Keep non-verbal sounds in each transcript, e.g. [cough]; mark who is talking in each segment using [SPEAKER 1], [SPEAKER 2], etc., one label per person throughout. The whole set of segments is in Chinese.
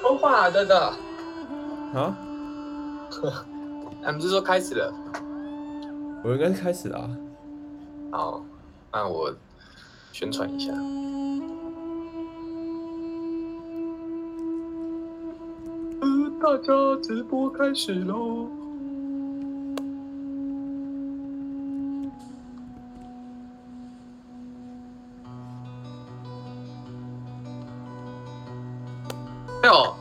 [SPEAKER 1] 说话真的。 [laughs]
[SPEAKER 2] 啊，
[SPEAKER 1] 俺啊们是说开始了，
[SPEAKER 2] 我应该是开始了啊。
[SPEAKER 1] 好，那我宣传一下。嗯，大家直播开始喽。哎呦，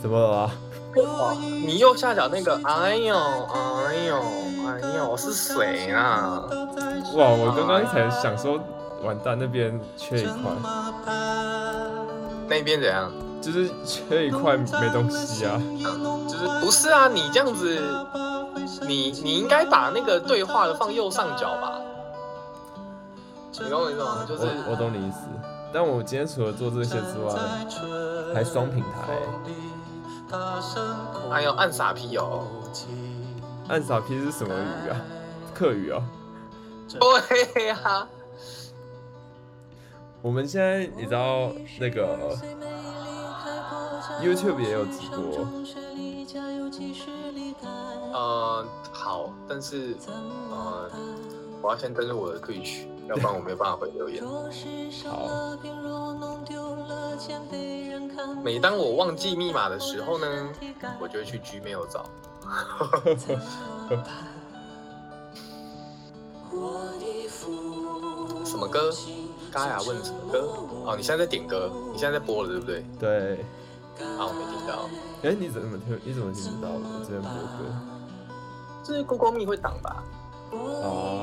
[SPEAKER 2] 怎么了啊？
[SPEAKER 1] 哇，你右下角那个，哎呦，哎呦，哎呦，是谁啊？
[SPEAKER 2] 哇，我刚刚才想说，完蛋，那边缺一块，
[SPEAKER 1] 那边怎样？
[SPEAKER 2] 就是缺一块没东西啊。
[SPEAKER 1] 就是不是啊？你这样子，你你应该把那个对话的放右上角吧？你懂我意思吗？就是
[SPEAKER 2] 我我懂你意思，但我今天除了做这些之外，还双平台、
[SPEAKER 1] 哎呦，按傻屁哦！
[SPEAKER 2] 暗傻批是什么语啊？客语啊。
[SPEAKER 1] [laughs] 对呀、
[SPEAKER 2] 我们现在你知道那个 YouTube 也有直播，
[SPEAKER 1] 哦呃，好，但是呃，我要先登录我的 Twitch，要不然我没有办法回留言。
[SPEAKER 2] 好，
[SPEAKER 1] 每当我忘记密码的时候呢，我就会去 Gmail 找。什么歌？刚才还问什么歌？哦，你现在在点歌，你现在在播了，对不对？
[SPEAKER 2] 对，
[SPEAKER 1] 啊，我没听到。
[SPEAKER 2] 哎、你怎么听？你怎么听不到我这边播歌？
[SPEAKER 1] 这是 Google Meet 会挡吧？
[SPEAKER 2] 哦，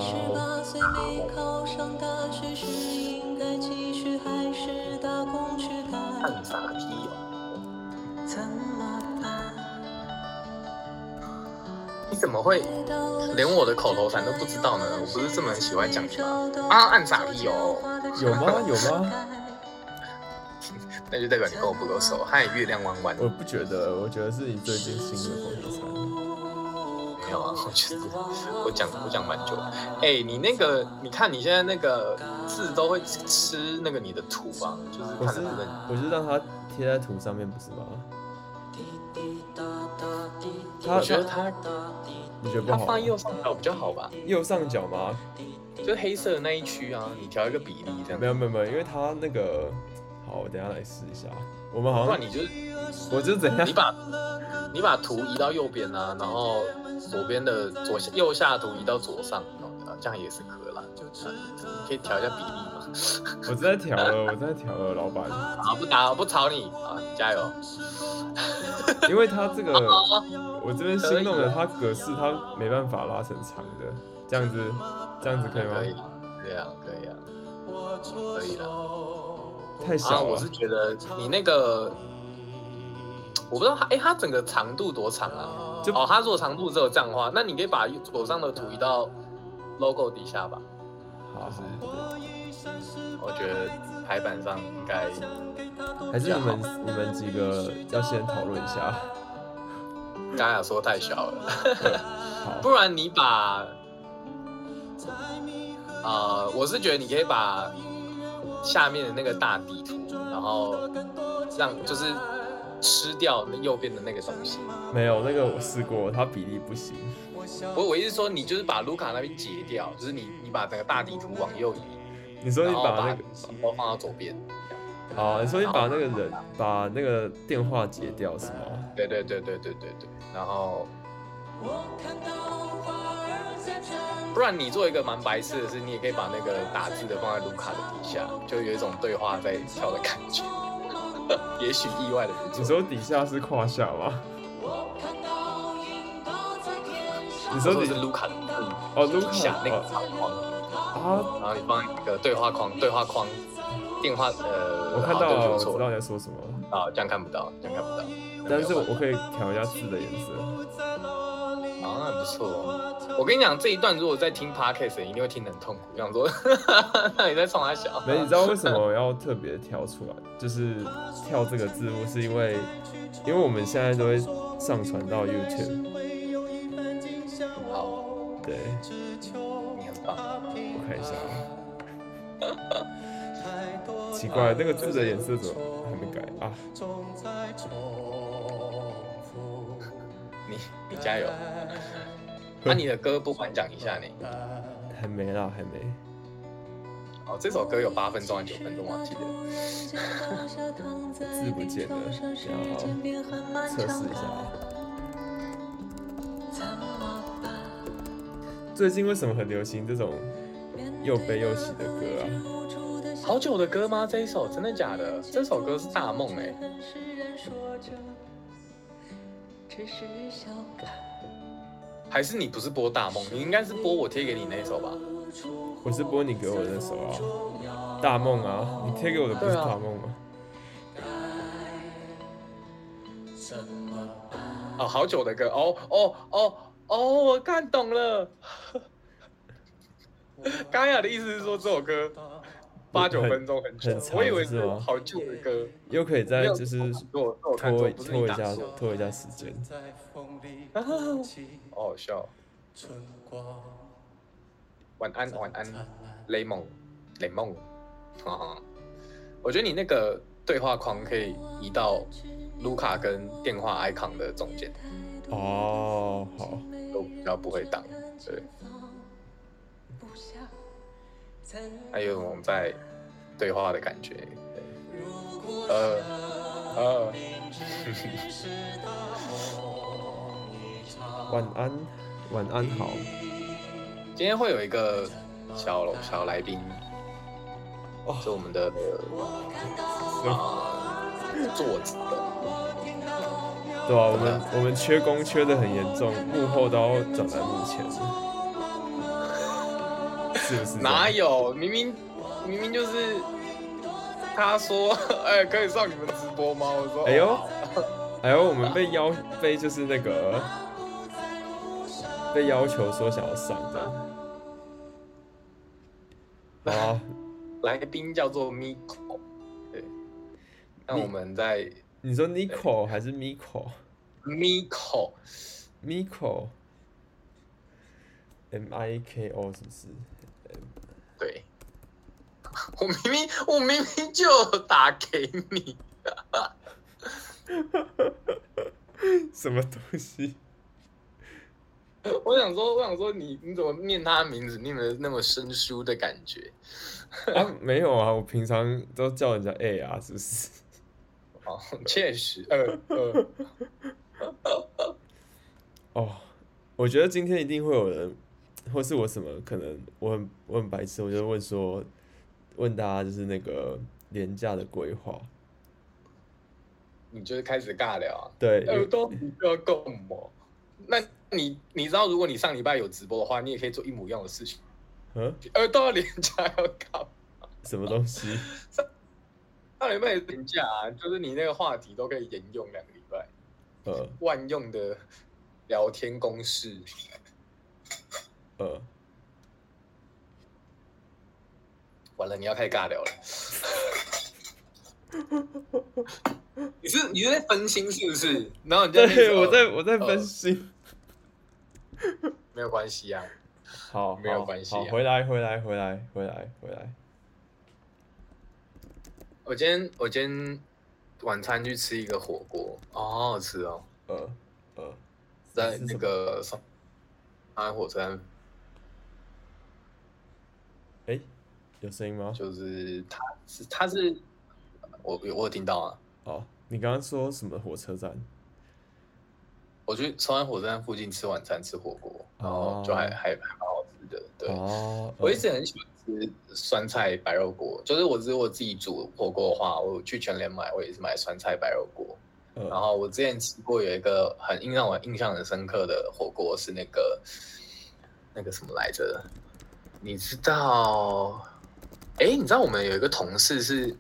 [SPEAKER 1] 看傻逼哦！你怎么会连我的口头禅都不知道呢？我不是这么喜欢讲的吗？啊，按傻逼哦！
[SPEAKER 2] 有吗？有吗？
[SPEAKER 1] 那就代表你跟我不够熟。嗨，月亮弯弯，
[SPEAKER 2] 我不觉得，我觉得是你最近新的风格
[SPEAKER 1] 没有啊，我就是我讲我讲蛮久了。哎、你那个，你看你现在那个字都会吃那个你的图吧，就是
[SPEAKER 2] 我
[SPEAKER 1] 看
[SPEAKER 2] 是
[SPEAKER 1] 能不能。
[SPEAKER 2] 我是让它贴在图上面，不是吗？它
[SPEAKER 1] 我觉得它
[SPEAKER 2] 你觉得不
[SPEAKER 1] 它
[SPEAKER 2] 好
[SPEAKER 1] 放
[SPEAKER 2] 吗？
[SPEAKER 1] 右上角哦比较好吧，
[SPEAKER 2] 右上角吗？
[SPEAKER 1] 就是黑色的那一区啊，你调一个比例这样。
[SPEAKER 2] 没有没有没有，因为它那个好，我等一下来试一下。我们好
[SPEAKER 1] 不
[SPEAKER 2] 像
[SPEAKER 1] 然你就是
[SPEAKER 2] 我就怎
[SPEAKER 1] [laughs]
[SPEAKER 2] 样
[SPEAKER 1] 你？把你把图移到右边啊，然后左边的左下右下图移到左上，哦啊这样也是可以啦。可以调一下比例嘛。
[SPEAKER 2] 我正在调了，我正在调了，老板。
[SPEAKER 1] 好，不打不吵你啊，加油。
[SPEAKER 2] 因为它
[SPEAKER 1] [laughs]
[SPEAKER 2] 这个
[SPEAKER 1] 啊
[SPEAKER 2] 我这边新弄的，它格式它没办法拉成长的，这样子，这样子可以
[SPEAKER 1] 可以
[SPEAKER 2] 吗？，
[SPEAKER 1] 对啊，可以啊，可以了。
[SPEAKER 2] 太
[SPEAKER 1] 啊，
[SPEAKER 2] 小
[SPEAKER 1] 我
[SPEAKER 2] 了
[SPEAKER 1] 是，觉得你那个，我不知道它，哎、它整个长度多长啊？
[SPEAKER 2] 就
[SPEAKER 1] 哦，它如果长度只有这样的话，那你可以把左上的图移到 logo 底下吧。
[SPEAKER 2] 好，好
[SPEAKER 1] 我觉得排版上应该
[SPEAKER 2] 还是你们你们几个要先讨论一下。
[SPEAKER 1] 刚才说太小了，
[SPEAKER 2] 好，
[SPEAKER 1] 不然你把，呃，我是觉得你可以把下面的那个大地图，然后让就是吃掉那右边的那个东西。
[SPEAKER 2] 没有那个我试过，它比例不行。
[SPEAKER 1] 我我意思是说，你就是把卢卡那边截掉，就是你你把整个大地图往右移，
[SPEAKER 2] 你说你
[SPEAKER 1] 然后
[SPEAKER 2] 把那
[SPEAKER 1] 把
[SPEAKER 2] 个
[SPEAKER 1] 都放到左边。
[SPEAKER 2] 啊，你说你把那个人把那个电话截掉是吗？
[SPEAKER 1] 对对对对对对对，然后。不然你做一个蛮白痴的事，你也可以把那个打字的放在卢卡的底下，就有一种对话在跳的感觉。也许意外的不
[SPEAKER 2] 你
[SPEAKER 1] 错。
[SPEAKER 2] 说底下是胯下吗？你
[SPEAKER 1] 我
[SPEAKER 2] 说
[SPEAKER 1] 哦说
[SPEAKER 2] 底
[SPEAKER 1] 是卢卡的底
[SPEAKER 2] 哦，卢
[SPEAKER 1] 下
[SPEAKER 2] 卡
[SPEAKER 1] 那个
[SPEAKER 2] 哦
[SPEAKER 1] 框框，
[SPEAKER 2] 啊，
[SPEAKER 1] 然后你放一个对话框，对话框，电话呃，
[SPEAKER 2] 我看到
[SPEAKER 1] 好对不起
[SPEAKER 2] 了，我
[SPEAKER 1] 我
[SPEAKER 2] 知
[SPEAKER 1] 错
[SPEAKER 2] 道
[SPEAKER 1] 了
[SPEAKER 2] 你在说什么，
[SPEAKER 1] 啊，这样看不到，这样看不到。
[SPEAKER 2] 但是我我可以调一下字的颜色。
[SPEAKER 1] 啊，那很不错哦。我跟你讲，这一段如果在听 podcast，一定会听得很痛苦。想说， [laughs] 那你在冲他笑？
[SPEAKER 2] 没，你知道为什么我要特别挑出来， [laughs] 就是跳这个字幕，是因为因为我们现在都会上传到 YouTube，
[SPEAKER 1] 好，
[SPEAKER 2] 对，
[SPEAKER 1] 你很棒。
[SPEAKER 2] 我看一下啊，奇怪，那个字的颜色怎么还没改啊？
[SPEAKER 1] 你你加油。那、你的歌不反讲一下呢？
[SPEAKER 2] 还没啦，还没。
[SPEAKER 1] 哦，这首歌有八分钟还是九分钟忘记了。
[SPEAKER 2] 字不见了，然后测试一下啊。最近为什么很流行这种又悲又喜的歌啊？
[SPEAKER 1] 好久的歌吗？这一首真的假的？这首歌是大梦哎、还是你不是播大梦？你应该是播我贴给你那一首吧？
[SPEAKER 2] 我是播你给我的那首啊，大梦啊，你贴给我的不是
[SPEAKER 1] 对啊
[SPEAKER 2] 大梦吗？
[SPEAKER 1] 哦，好久的歌哦哦哦哦，我看懂了。刚雅的意思是说这首歌 [laughs] 八九分钟很久，
[SPEAKER 2] 很长
[SPEAKER 1] 我以为是
[SPEAKER 2] 是吗
[SPEAKER 1] 好旧的歌。
[SPEAKER 2] 又可以再就是
[SPEAKER 1] 我我看
[SPEAKER 2] 拖
[SPEAKER 1] 错，不是
[SPEAKER 2] 拖
[SPEAKER 1] 你
[SPEAKER 2] 一
[SPEAKER 1] 打
[SPEAKER 2] 下
[SPEAKER 1] 错。
[SPEAKER 2] 拖一下时间。
[SPEAKER 1] 啊好好哦笑。晚安，晚安，雷蒙，雷蒙。啊，我觉得你那个对话框可以移到卢卡跟电话 icon 的中间，
[SPEAKER 2] 哦，好，
[SPEAKER 1] 都比较不会挡。对，还有种在对话的感觉。对呃呃，
[SPEAKER 2] 晚安，晚安好。
[SPEAKER 1] 今天会有一个小小来宾，
[SPEAKER 2] 哦
[SPEAKER 1] 是我们的呃作者。
[SPEAKER 2] 对啊，我们我们缺工缺的很严重，幕后都要转来幕前，是不是？
[SPEAKER 1] [laughs] 哪
[SPEAKER 2] 有？
[SPEAKER 1] 有？明明明明就是他说， [laughs] 哎、可以上你们直播吗？我说，哦
[SPEAKER 2] 哎呦，哎呦，我们被要被就是那个被要求说想要上这样。
[SPEAKER 1] [laughs]
[SPEAKER 2] 好啊，
[SPEAKER 1] 来宾叫做 Miko，对，那我们在
[SPEAKER 2] 你说 Nico 还是 Miko？Miko
[SPEAKER 1] Miko，
[SPEAKER 2] M I K O 是不是？ [laughs]
[SPEAKER 1] 对，我明明我明明就有打给你，
[SPEAKER 2] 什么东西？
[SPEAKER 1] 我想说，我想说你你怎么念他的名字念的那么生疏的感觉？
[SPEAKER 2] 啊，没有啊，我平常都叫人家 A 啊，是不是？
[SPEAKER 1] 哦， [laughs] 确实，呃呃，
[SPEAKER 2] 哦，我觉得今天一定会有人，或是我什么可能我很我很白痴，我就问说，问大家就是那个廉价的规划，
[SPEAKER 1] 你就是开始尬聊啊。
[SPEAKER 2] 对，因
[SPEAKER 1] 耳
[SPEAKER 2] 为
[SPEAKER 1] 朵不要够么？那你你知道，如果你上礼拜有直播的话，你也可以做一模一样的事情。
[SPEAKER 2] 嗯，
[SPEAKER 1] 耳朵廉价要搞，
[SPEAKER 2] 什么东西？
[SPEAKER 1] 上礼拜也廉价啊，就是你那个话题都可以沿用两个礼拜，
[SPEAKER 2] 呃
[SPEAKER 1] 万用的聊天公式。
[SPEAKER 2] 呃，
[SPEAKER 1] 完了，你要开始尬
[SPEAKER 2] [laughs]
[SPEAKER 1] 聊了。你是你是在分心是不是？然后你就那边
[SPEAKER 2] 对
[SPEAKER 1] 说
[SPEAKER 2] 我在我在
[SPEAKER 1] 呃
[SPEAKER 2] 分心，
[SPEAKER 1] 没有关系啊，
[SPEAKER 2] 好，
[SPEAKER 1] 没有
[SPEAKER 2] 好
[SPEAKER 1] 关系
[SPEAKER 2] 好，
[SPEAKER 1] 啊
[SPEAKER 2] 回来回来回来回来回来，
[SPEAKER 1] 我今天我今天晚餐去吃一个火锅，哦好好吃哦。
[SPEAKER 2] 呃呃，
[SPEAKER 1] 在
[SPEAKER 2] 是什
[SPEAKER 1] 那
[SPEAKER 2] 么
[SPEAKER 1] 个上安火车站，
[SPEAKER 2] 哎，有声音吗？
[SPEAKER 1] 就是他是他是呃我我有听到啊，
[SPEAKER 2] 好，哦你刚刚说什么火车站？
[SPEAKER 1] 我去松安火车站附近吃晚餐吃火锅，然后就还、
[SPEAKER 2] 哦
[SPEAKER 1] 还还蛮好吃的。对，
[SPEAKER 2] 哦，
[SPEAKER 1] 我一
[SPEAKER 2] 呃
[SPEAKER 1] 直很喜欢吃酸菜白肉锅，就是我如果自己煮火锅的话，我去全联买，我也是买酸菜白肉锅。
[SPEAKER 2] 呃
[SPEAKER 1] 然后我之前吃过有一个很印让我印象很深刻的火锅是那个那个什么来着？你知道？哎，你知道我们有一个同事是，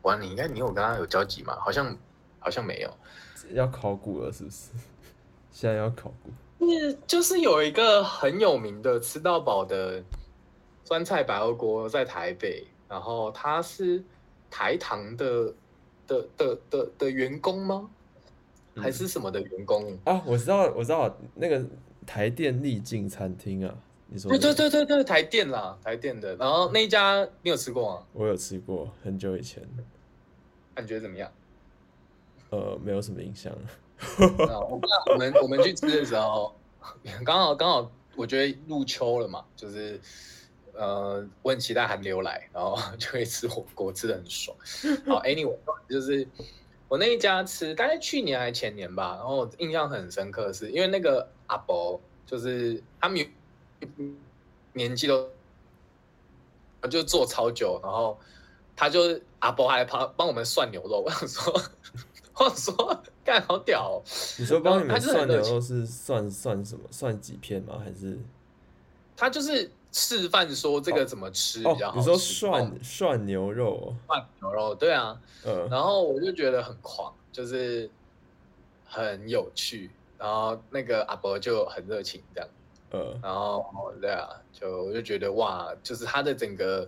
[SPEAKER 1] 完了，你应该你有跟他有交集吗？好像好像没有。
[SPEAKER 2] 要考古了是不是？ [laughs] 现在要考古，
[SPEAKER 1] 是就是有一个很有名的吃到饱的酸菜白肉锅在台北，然后他是台糖的的的的的员工吗？
[SPEAKER 2] 嗯
[SPEAKER 1] 还是什么的员工？
[SPEAKER 2] 啊，我知道，我知道那个台电丽境餐厅啊，你说
[SPEAKER 1] 对对
[SPEAKER 2] 那个，
[SPEAKER 1] 对对对，台电啦，台电的。然后那一家你有吃过吗？
[SPEAKER 2] 我有吃过，很久以前，
[SPEAKER 1] 那你觉得怎么样？
[SPEAKER 2] 呃，没有什么
[SPEAKER 1] [laughs]
[SPEAKER 2] 印象。
[SPEAKER 1] 啊，我们我们我们去吃的时候，刚好刚好，我觉得入秋了嘛，就是呃，我很期待寒流来，然后 [laughs] 就可以吃火锅，吃的很爽。好，anyway，就是我那一家吃，大概去年还前年吧，然后我印象很深刻的是，因为那个阿伯就是他们有年纪都就做超久，然后他就阿伯还帮帮我们涮牛肉，我想说。 [laughs] 我想说，干好屌、哦！
[SPEAKER 2] 你说
[SPEAKER 1] 然
[SPEAKER 2] 帮
[SPEAKER 1] 后
[SPEAKER 2] 你
[SPEAKER 1] 他
[SPEAKER 2] 们
[SPEAKER 1] 就是很
[SPEAKER 2] 算牛
[SPEAKER 1] 热情
[SPEAKER 2] 肉是算算什么？算几片吗？还是
[SPEAKER 1] 他就是示范说这个怎么吃比较好
[SPEAKER 2] 哦？
[SPEAKER 1] 吃。
[SPEAKER 2] 你说
[SPEAKER 1] 然后
[SPEAKER 2] 涮涮牛肉哦？
[SPEAKER 1] 涮牛肉，对
[SPEAKER 2] [laughs]
[SPEAKER 1] 啊。
[SPEAKER 2] 呃，
[SPEAKER 1] 然后我就觉得很狂，就是很有趣。然后那个阿伯就很热情这样，
[SPEAKER 2] 呃，
[SPEAKER 1] 然后对啊，就我就觉得哇，就是他的整个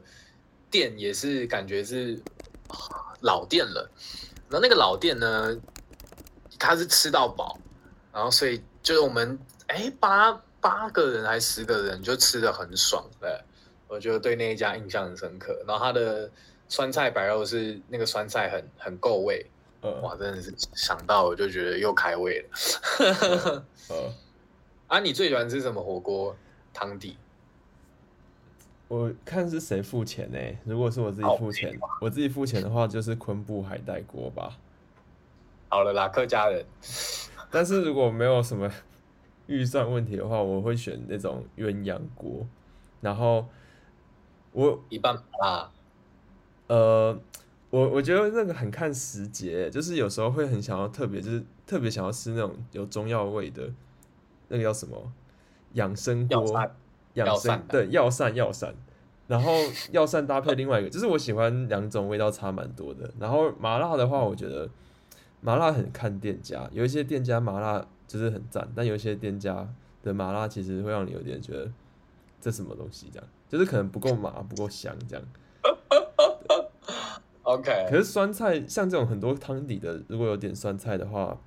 [SPEAKER 1] 店也是感觉是啊老店了。然后那个老店呢，他是吃到饱，然后所以就是我们哎八八个人还十个人就吃的很爽，对，我就对那一家印象很深刻。然后他的酸菜白肉是那个酸菜很很够味，
[SPEAKER 2] 呃，
[SPEAKER 1] 哇，真的是想到我就觉得又开胃了。
[SPEAKER 2] 呃，
[SPEAKER 1] 啊，你最喜欢吃什么火锅汤底？
[SPEAKER 2] 我看是谁付钱呢、如果是我自己
[SPEAKER 1] 好
[SPEAKER 2] 付钱，我自己付钱的话，就是昆布海带锅吧。
[SPEAKER 1] 好了啦，客家人
[SPEAKER 2] 但是如果没有什么 [laughs] 预算问题的话，我会选那种鸳鸯锅。然后我
[SPEAKER 1] 一半吧。
[SPEAKER 2] 呃，我我觉得那个很看时节，就是有时候会很想要特别，就是特别想要吃那种有中药味的，那个叫什么养生
[SPEAKER 1] 药
[SPEAKER 2] 锅
[SPEAKER 1] 膳，药
[SPEAKER 2] 养生
[SPEAKER 1] 膳吧
[SPEAKER 2] 对药膳药膳，然后药膳搭配另外一个，就是我喜欢两种味道差蛮多的。然后麻辣的话，我觉得麻辣很看店家，有一些店家麻辣就是很赞，但有一些店家的麻辣其实会让你有点觉得这什么东西这样，就是可能不够麻不够香这样。可 [laughs]
[SPEAKER 1] OK，
[SPEAKER 2] 是酸菜像这种很多汤底的，如果有点酸菜的话，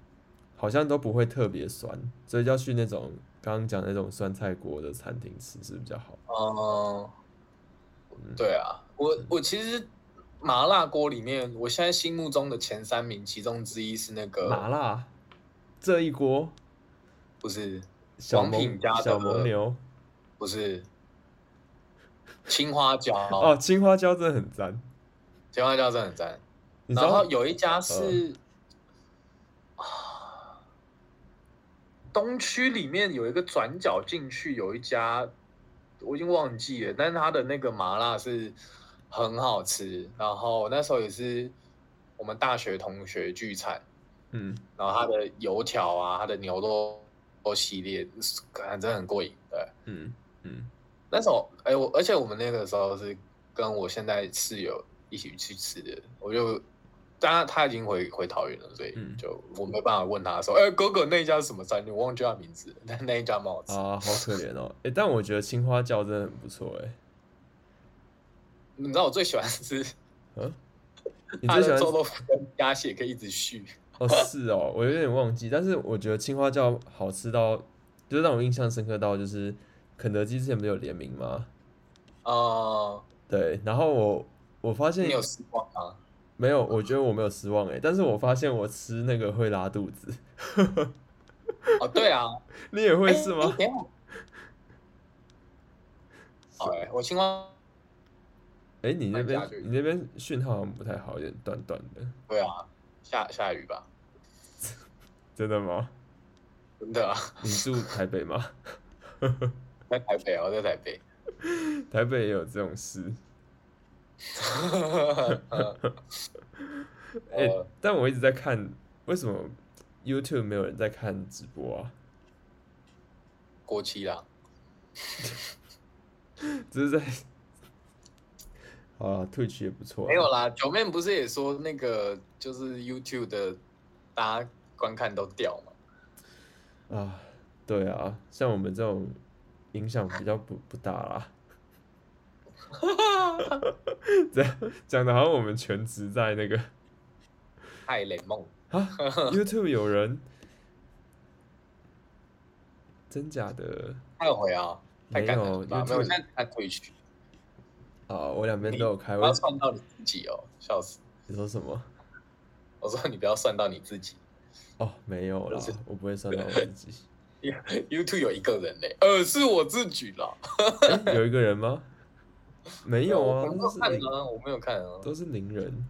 [SPEAKER 2] 好像都不会特别酸，所以要去那种刚刚讲那种酸菜锅的餐厅吃是比较好。嗯
[SPEAKER 1] 嗯、对啊，我我其实麻辣锅里面，我现在心目中的前三名，其中之一是那个
[SPEAKER 2] 麻辣这一锅，
[SPEAKER 1] 不是
[SPEAKER 2] 小
[SPEAKER 1] 王品
[SPEAKER 2] 蒙
[SPEAKER 1] 家的
[SPEAKER 2] 小蒙牛
[SPEAKER 1] 不是青花椒
[SPEAKER 2] 哦，青花椒真的很赞。
[SPEAKER 1] 青花椒真的很赞。
[SPEAKER 2] 你知
[SPEAKER 1] 然后
[SPEAKER 2] 道嗯
[SPEAKER 1] 有一家是、啊，东区里面有一个转角进去有一家，我已经忘记了，但是它的那个麻辣是很好吃。然后那时候也是我们大学同学聚餐，
[SPEAKER 2] 嗯，
[SPEAKER 1] 然后它的油条啊，它的牛肉系列，感觉真的很过瘾。对，
[SPEAKER 2] 嗯嗯
[SPEAKER 1] 那时候，哎、我而且我们那个时候是跟我现在室友一起去吃的，我就，当然他已经回回桃园了，所以
[SPEAKER 2] 嗯
[SPEAKER 1] 就我没办法问他说，哎、哥哥那一家是什么餐厅，我忘记他名字了，但那一家蛮好吃。
[SPEAKER 2] 啊，好可怜哦。诶，但我觉得青花椒真的很不错诶。
[SPEAKER 1] 你知道我最喜欢
[SPEAKER 2] [laughs]
[SPEAKER 1] 吃
[SPEAKER 2] 嗯，你
[SPEAKER 1] 他
[SPEAKER 2] 最喜
[SPEAKER 1] 的
[SPEAKER 2] 欢
[SPEAKER 1] 臭豆腐跟鸭血可以一直续，
[SPEAKER 2] 哦，是哦，我有点忘记，但是我觉得青花椒好吃到，就是让我印象深刻到，就是肯德基之前不是有联名吗？
[SPEAKER 1] 呃，
[SPEAKER 2] 对，然后我我发现
[SPEAKER 1] 你有啊吃过吗？
[SPEAKER 2] 没有，我觉得我没有失望诶，但是我发现我吃那个会拉肚子，
[SPEAKER 1] 哦，对啊，
[SPEAKER 2] 你也 [laughs] 会
[SPEAKER 1] 哎
[SPEAKER 2] 是吗？
[SPEAKER 1] 哎等一下好哎、我青蛙，
[SPEAKER 2] 诶，你
[SPEAKER 1] 看
[SPEAKER 2] 那
[SPEAKER 1] 一
[SPEAKER 2] 边
[SPEAKER 1] 下就
[SPEAKER 2] 你那边讯号好像不太好，有点断断的，
[SPEAKER 1] 对啊，下下雨吧，
[SPEAKER 2] 真的吗？
[SPEAKER 1] 真的啊，
[SPEAKER 2] 你住台北吗？ [laughs]
[SPEAKER 1] 在台北啊，我在台北。
[SPEAKER 2] 台北也有这种事。
[SPEAKER 1] [laughs]
[SPEAKER 2] 哎、
[SPEAKER 1] 呃
[SPEAKER 2] 但我一直在看，为什么 YouTube 没有人在看直播啊？
[SPEAKER 1] 国旗啦，
[SPEAKER 2] 只是在，好啊，Twitch 也不错啊。
[SPEAKER 1] 没有啦。九妹不是也说那个就是 YouTube 的大家观看都掉
[SPEAKER 2] [laughs]
[SPEAKER 1] 嘛？
[SPEAKER 2] 啊，对啊，像我们这种影响比较不不大啦。 [laughs] 这样讲的好像我们全职在那个
[SPEAKER 1] 太雷梦， [laughs]
[SPEAKER 2] 啊，YouTube 有人，真假的？
[SPEAKER 1] 还有回啊，太感人
[SPEAKER 2] 没有
[SPEAKER 1] 了吧？没
[SPEAKER 2] YouTube-
[SPEAKER 1] 有，我现在看退去，
[SPEAKER 2] 啊，我两边都有开，
[SPEAKER 1] 不
[SPEAKER 2] 我
[SPEAKER 1] 要算到你自己哦，笑死！
[SPEAKER 2] 你说什么？
[SPEAKER 1] 我说你不要算到你自己
[SPEAKER 2] 哦，没有啦
[SPEAKER 1] 是，
[SPEAKER 2] 我不会算到我自己。
[SPEAKER 1] ，YouTube 有一个人嘞，呃，是我自己啦。
[SPEAKER 2] 诶有一个人吗？没有
[SPEAKER 1] [laughs]
[SPEAKER 2] 啊，
[SPEAKER 1] 我没有
[SPEAKER 2] 都是
[SPEAKER 1] 看
[SPEAKER 2] 零
[SPEAKER 1] 啊，我没有看啊。
[SPEAKER 2] 都是零人。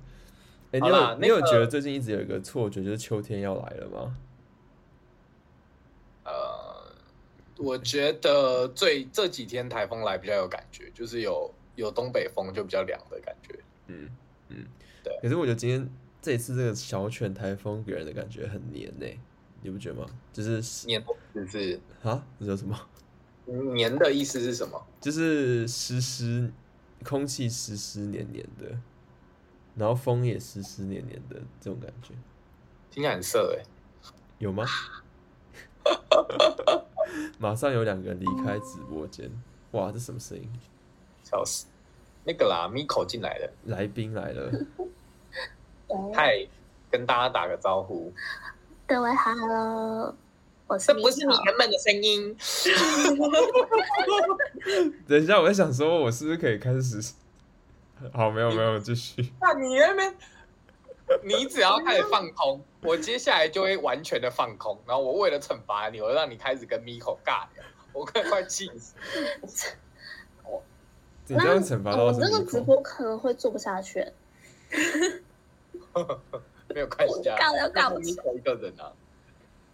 [SPEAKER 2] 哎、你
[SPEAKER 1] 好
[SPEAKER 2] 有、
[SPEAKER 1] 啦
[SPEAKER 2] 你
[SPEAKER 1] 那
[SPEAKER 2] 有
[SPEAKER 1] 个
[SPEAKER 2] 觉得最近一直有一个错觉，就是秋天要来了吗？
[SPEAKER 1] 呃，我觉得最这几天台风来比较有感觉，就是有有东北风就比较凉的感觉。
[SPEAKER 2] 嗯嗯，
[SPEAKER 1] 对
[SPEAKER 2] 可是我觉得今天这一次这个小犬台风给人的感觉很黏呢、你不觉得吗？就是
[SPEAKER 1] 黏就是
[SPEAKER 2] 啊，你说什么？ [laughs]
[SPEAKER 1] 黏的意思是什么？
[SPEAKER 2] 就是湿湿，空气湿湿黏黏的，然后风也湿湿黏黏的这种感觉，
[SPEAKER 1] 听起来很色哎、
[SPEAKER 2] 有吗？ [laughs] 马上有两个人离开直播间，哇，这什么声音？
[SPEAKER 1] 笑死！那个啦，Miko 进来了，
[SPEAKER 2] 来宾来了，
[SPEAKER 3] 喂，
[SPEAKER 1] 嗨，跟大家打个招呼。
[SPEAKER 3] 各位 Hello，我是
[SPEAKER 1] 这不是你啊原本的声音，
[SPEAKER 2] 等一下，我在想说，我是不是可以开始？ [laughs] 好，没有没有，继续。
[SPEAKER 1] 那你那边，你只要开始放空，我接下来就会完全的放空。然后我为了惩罚你，我让你开始跟 Miko 尬聊，我快快气死！
[SPEAKER 2] 你这样惩罚到
[SPEAKER 3] 哦我
[SPEAKER 2] 什
[SPEAKER 3] 这个直
[SPEAKER 2] 么？
[SPEAKER 3] 播可能会做不下去，
[SPEAKER 1] [laughs] 没有关系啊，
[SPEAKER 3] 尬聊尬不嗯起
[SPEAKER 1] Miko 一个人啊，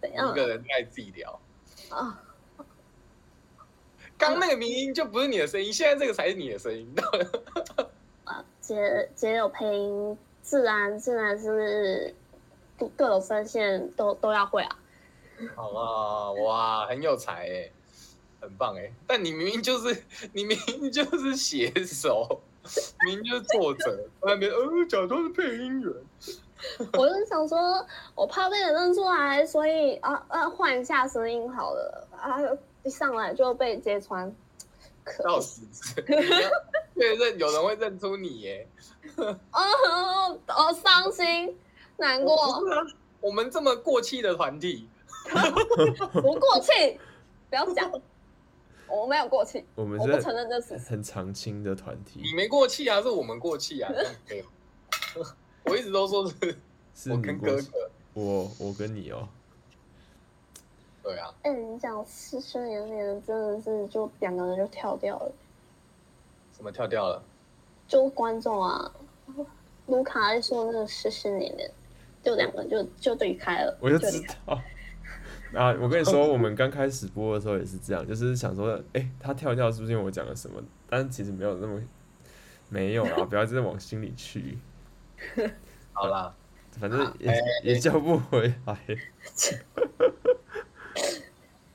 [SPEAKER 3] 怎样
[SPEAKER 1] 一个人在自己聊。
[SPEAKER 3] 啊？
[SPEAKER 1] 刚那个明音就不是你的声音，现在这个才是你的声音。 [laughs]
[SPEAKER 3] 啊，姐姐有配音，自然自然是各各种声线都都要会啊。
[SPEAKER 1] 好啊，哇，很有才哎、很棒哎、但你明明就是 [laughs] 你明明就是写手， [laughs] 明明就是作者，在那边呃假装是配音员。
[SPEAKER 3] 我就想说，我怕被人认出来，所以啊啊换一下声音好了啊，一上来就被揭穿，可
[SPEAKER 1] 到死字，确认有人会认出你欸耶。
[SPEAKER 3] 哦哦伤心难过
[SPEAKER 1] 不是啊，我们这么过气的团体，
[SPEAKER 3] 不过气，不要讲，我没有过气。
[SPEAKER 2] 我们
[SPEAKER 3] 我不承
[SPEAKER 2] 是
[SPEAKER 3] 认这事实。
[SPEAKER 2] 很常青的团体，
[SPEAKER 1] 你没过气啊，是我们过气啊。没有， [laughs] 我一直都说是
[SPEAKER 2] 是
[SPEAKER 1] 我
[SPEAKER 2] 你
[SPEAKER 1] 跟
[SPEAKER 2] 过
[SPEAKER 1] 哥
[SPEAKER 2] 去
[SPEAKER 1] 哥。
[SPEAKER 2] 我我跟你哦、
[SPEAKER 1] 对啊，
[SPEAKER 3] 哎、你讲师生连连，真的是就两个人就跳掉了，
[SPEAKER 1] 什么跳掉了？
[SPEAKER 3] 就观众啊，卢卡在说那个师生连连，就两个人就就对开了，
[SPEAKER 2] 我就
[SPEAKER 3] 离
[SPEAKER 2] 知
[SPEAKER 3] 开。
[SPEAKER 2] 道。 [laughs] 啊，我跟你说，我们刚开始播的时候也是这样，就是想说，哎、他跳一跳是不是因为我讲了什么？但其实没有那么，没有
[SPEAKER 3] [laughs]
[SPEAKER 2] 啊，不要真的往心里去，
[SPEAKER 1] 好啦，
[SPEAKER 2] 反
[SPEAKER 3] 啊
[SPEAKER 2] 正也、
[SPEAKER 1] 哎
[SPEAKER 2] 也叫不回来。 [laughs]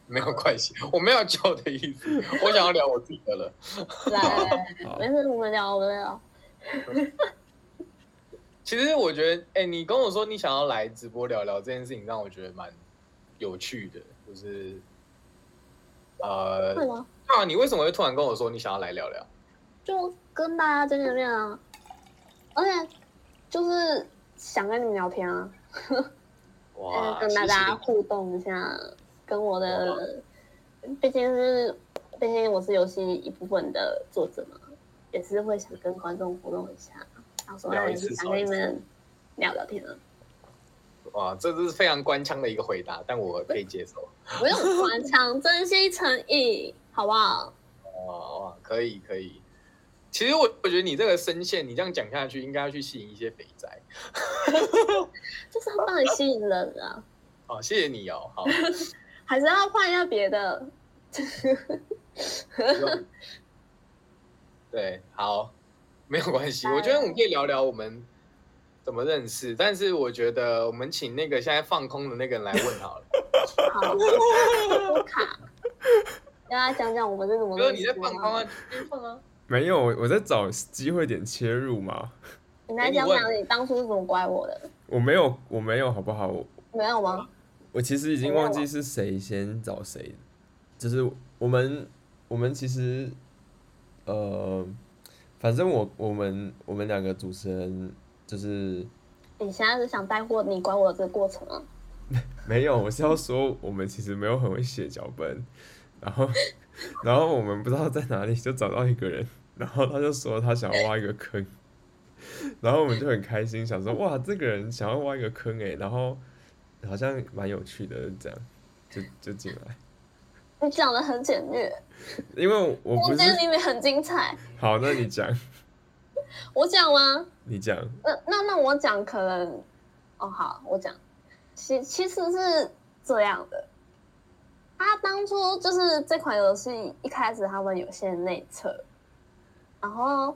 [SPEAKER 1] 没有关系，我没有救的意思，我想要聊我自己的了。
[SPEAKER 3] 来来
[SPEAKER 2] [laughs]
[SPEAKER 3] 来，
[SPEAKER 2] 好
[SPEAKER 3] 没，事，我们聊，我们聊。
[SPEAKER 1] 其实我觉得，哎、你跟我说你想要来直播聊聊这件事情，让我觉得蛮有趣的，就是，呃，
[SPEAKER 3] 会吗？
[SPEAKER 1] 对啊，你为什么会突然跟我说你想要来聊聊？
[SPEAKER 3] 就跟大家见见面啊，而且就是想跟你们聊天啊，
[SPEAKER 1] 哇，
[SPEAKER 3] 嗯跟大
[SPEAKER 1] 谢
[SPEAKER 3] 家
[SPEAKER 1] 谢
[SPEAKER 3] 互动一下，跟我的，毕竟是，毕竟我是游戏一部分的作者嘛，也是会想跟观众互动一下，然后说
[SPEAKER 1] 聊一
[SPEAKER 3] 哎
[SPEAKER 1] 次
[SPEAKER 3] 想
[SPEAKER 1] 少
[SPEAKER 3] 跟
[SPEAKER 1] 一
[SPEAKER 3] 你
[SPEAKER 1] 次
[SPEAKER 3] 们聊聊天啊，
[SPEAKER 1] 你哇，这是非常官腔的一个回答，但我可以接受。
[SPEAKER 3] 不用
[SPEAKER 1] [laughs]
[SPEAKER 3] 官腔，真心诚意，好不好？
[SPEAKER 1] 哇哦哇，可以可以。其实我我觉得你这个声线，你这样讲下去，应该要去吸引一些肥宅。
[SPEAKER 3] 就是要帮你吸引人啊，
[SPEAKER 1] 好，谢谢你哦。好，
[SPEAKER 3] 还是要换一下别的， [laughs]
[SPEAKER 1] [laughs] 对，好，没有关系。我觉得我们可以聊聊我们怎么认识，但是我觉得我们请那个现在放空的那个人来问好
[SPEAKER 3] [laughs]
[SPEAKER 1] 了。
[SPEAKER 3] 好，不卡，跟大家讲讲我们是怎么
[SPEAKER 1] 哥，
[SPEAKER 3] 认
[SPEAKER 1] 你
[SPEAKER 3] 识
[SPEAKER 1] 在
[SPEAKER 3] 的
[SPEAKER 1] 放空啊？你在放啊！
[SPEAKER 2] 没有，我我在找机会点切入嘛。
[SPEAKER 3] 你来讲讲你当初是怎么拐我的，
[SPEAKER 2] 我没有，我没有，好不好？我
[SPEAKER 3] 没有吗？
[SPEAKER 2] 我其实已经忘记是谁先找谁，就是我们我们其实呃，反正我我们我们两个主持人就是
[SPEAKER 3] 你现在是想带货你管我的这个过程吗？啊
[SPEAKER 2] 没有，我是要说我们其实没有很会写脚本，然后 [laughs] 然后我们不知道在哪里就找到一个人，然后他就说他想要挖一个坑，然后我们就很开心，想说哇，这个人想要挖一个坑诶，然后好像蛮有趣的，这样就就进来，
[SPEAKER 3] 你讲的很简略，
[SPEAKER 2] 因为我
[SPEAKER 3] 我
[SPEAKER 2] 不
[SPEAKER 3] 觉
[SPEAKER 2] 是
[SPEAKER 3] 得你们很精彩。
[SPEAKER 2] 好，那你讲，
[SPEAKER 3] 我讲吗？
[SPEAKER 2] 你讲， [laughs]
[SPEAKER 3] 那那那我讲可能，哦好，我讲，其其实是这样的，他啊当初就是这款游戏一开始他们有限内测，然后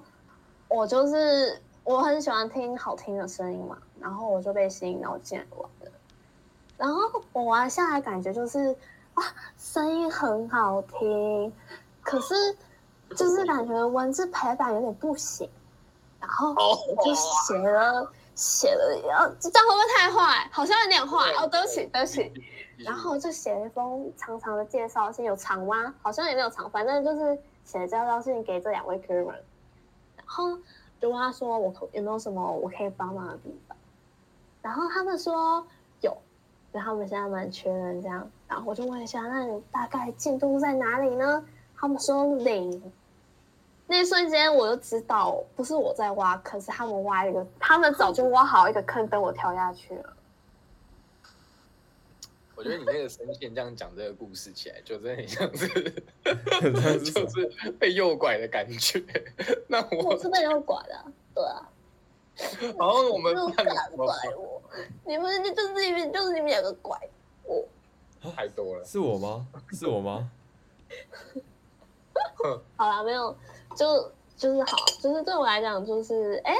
[SPEAKER 3] 我就是我很喜欢听好听的声音嘛，然后我就被吸引，然后我进来玩了，然后我玩下来感觉就是哇，声音很好听，可是就是感觉文字排版有点不行，然后。
[SPEAKER 1] 哦，
[SPEAKER 3] 我就写了写了，然后这样会不会太坏？好像有点坏哦，对不起，对不起。然后我就写了一封长长的介绍信，有长吗？好像也没有长，反正就是写了介绍信给这两位客人，然后就问他说我可有没有什么我可以帮忙的地方，然后他们说有，然后他们现在蛮缺人这样，然后我就问一下，那你大概进度在哪里呢？他们说零。那一瞬间我就知道不是我在挖坑，是他们挖一个，他们早就挖好一个坑等我跳下去了。
[SPEAKER 1] 我觉得你那个声线这样讲这个故事起来，就真的很像是
[SPEAKER 2] 这样是什
[SPEAKER 1] 就
[SPEAKER 2] 么
[SPEAKER 1] 是被诱拐的感觉。 [laughs] 那我
[SPEAKER 3] 我是被人拐的啊，对啊，
[SPEAKER 1] 然后我们
[SPEAKER 3] 就是
[SPEAKER 1] 办
[SPEAKER 3] 敢
[SPEAKER 1] 了什么
[SPEAKER 3] 拐我，你们就是你们就是你们两个拐我，
[SPEAKER 1] 太多了，
[SPEAKER 2] 是我吗？是我吗？
[SPEAKER 3] 好啦，没有，就就是好，就是对我来讲，就是哎、诶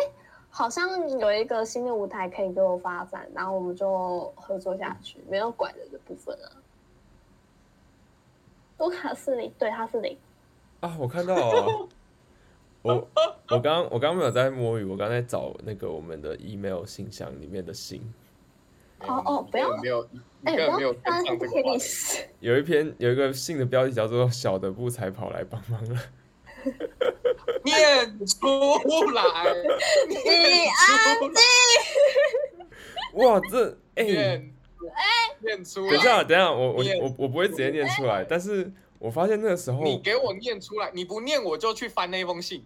[SPEAKER 3] 好像有一个新的舞台可以给我发展，然后我们就合作下去，没有拐人的部分啊。卢卡是零，对，他是零，
[SPEAKER 2] 啊，我看到啊，我我刚我刚没有在摸鱼，我刚在找那个我们的 email 信箱里面的信，
[SPEAKER 3] 哦哦不要
[SPEAKER 1] 你根本没有，
[SPEAKER 3] 哎、
[SPEAKER 1] 你根本
[SPEAKER 3] 不
[SPEAKER 1] 没有
[SPEAKER 3] 要翻
[SPEAKER 1] 跟上这个
[SPEAKER 3] 黑
[SPEAKER 1] 话
[SPEAKER 3] 历 [laughs]
[SPEAKER 1] 题。
[SPEAKER 3] 史。
[SPEAKER 2] 有一篇有一个信的标题叫做“小的不才跑来帮忙了 [laughs]
[SPEAKER 1] 念出来，
[SPEAKER 3] 啊
[SPEAKER 1] 念出来，”。
[SPEAKER 2] 哇，这哎、
[SPEAKER 1] 念，
[SPEAKER 3] 哎
[SPEAKER 1] 念出
[SPEAKER 2] 等一
[SPEAKER 1] 来。
[SPEAKER 2] 下，等一下，我我
[SPEAKER 1] 念
[SPEAKER 2] 我我不会直接念出来，但是我发现那个时候
[SPEAKER 1] 你给我念出来，你不念我就去翻那封信。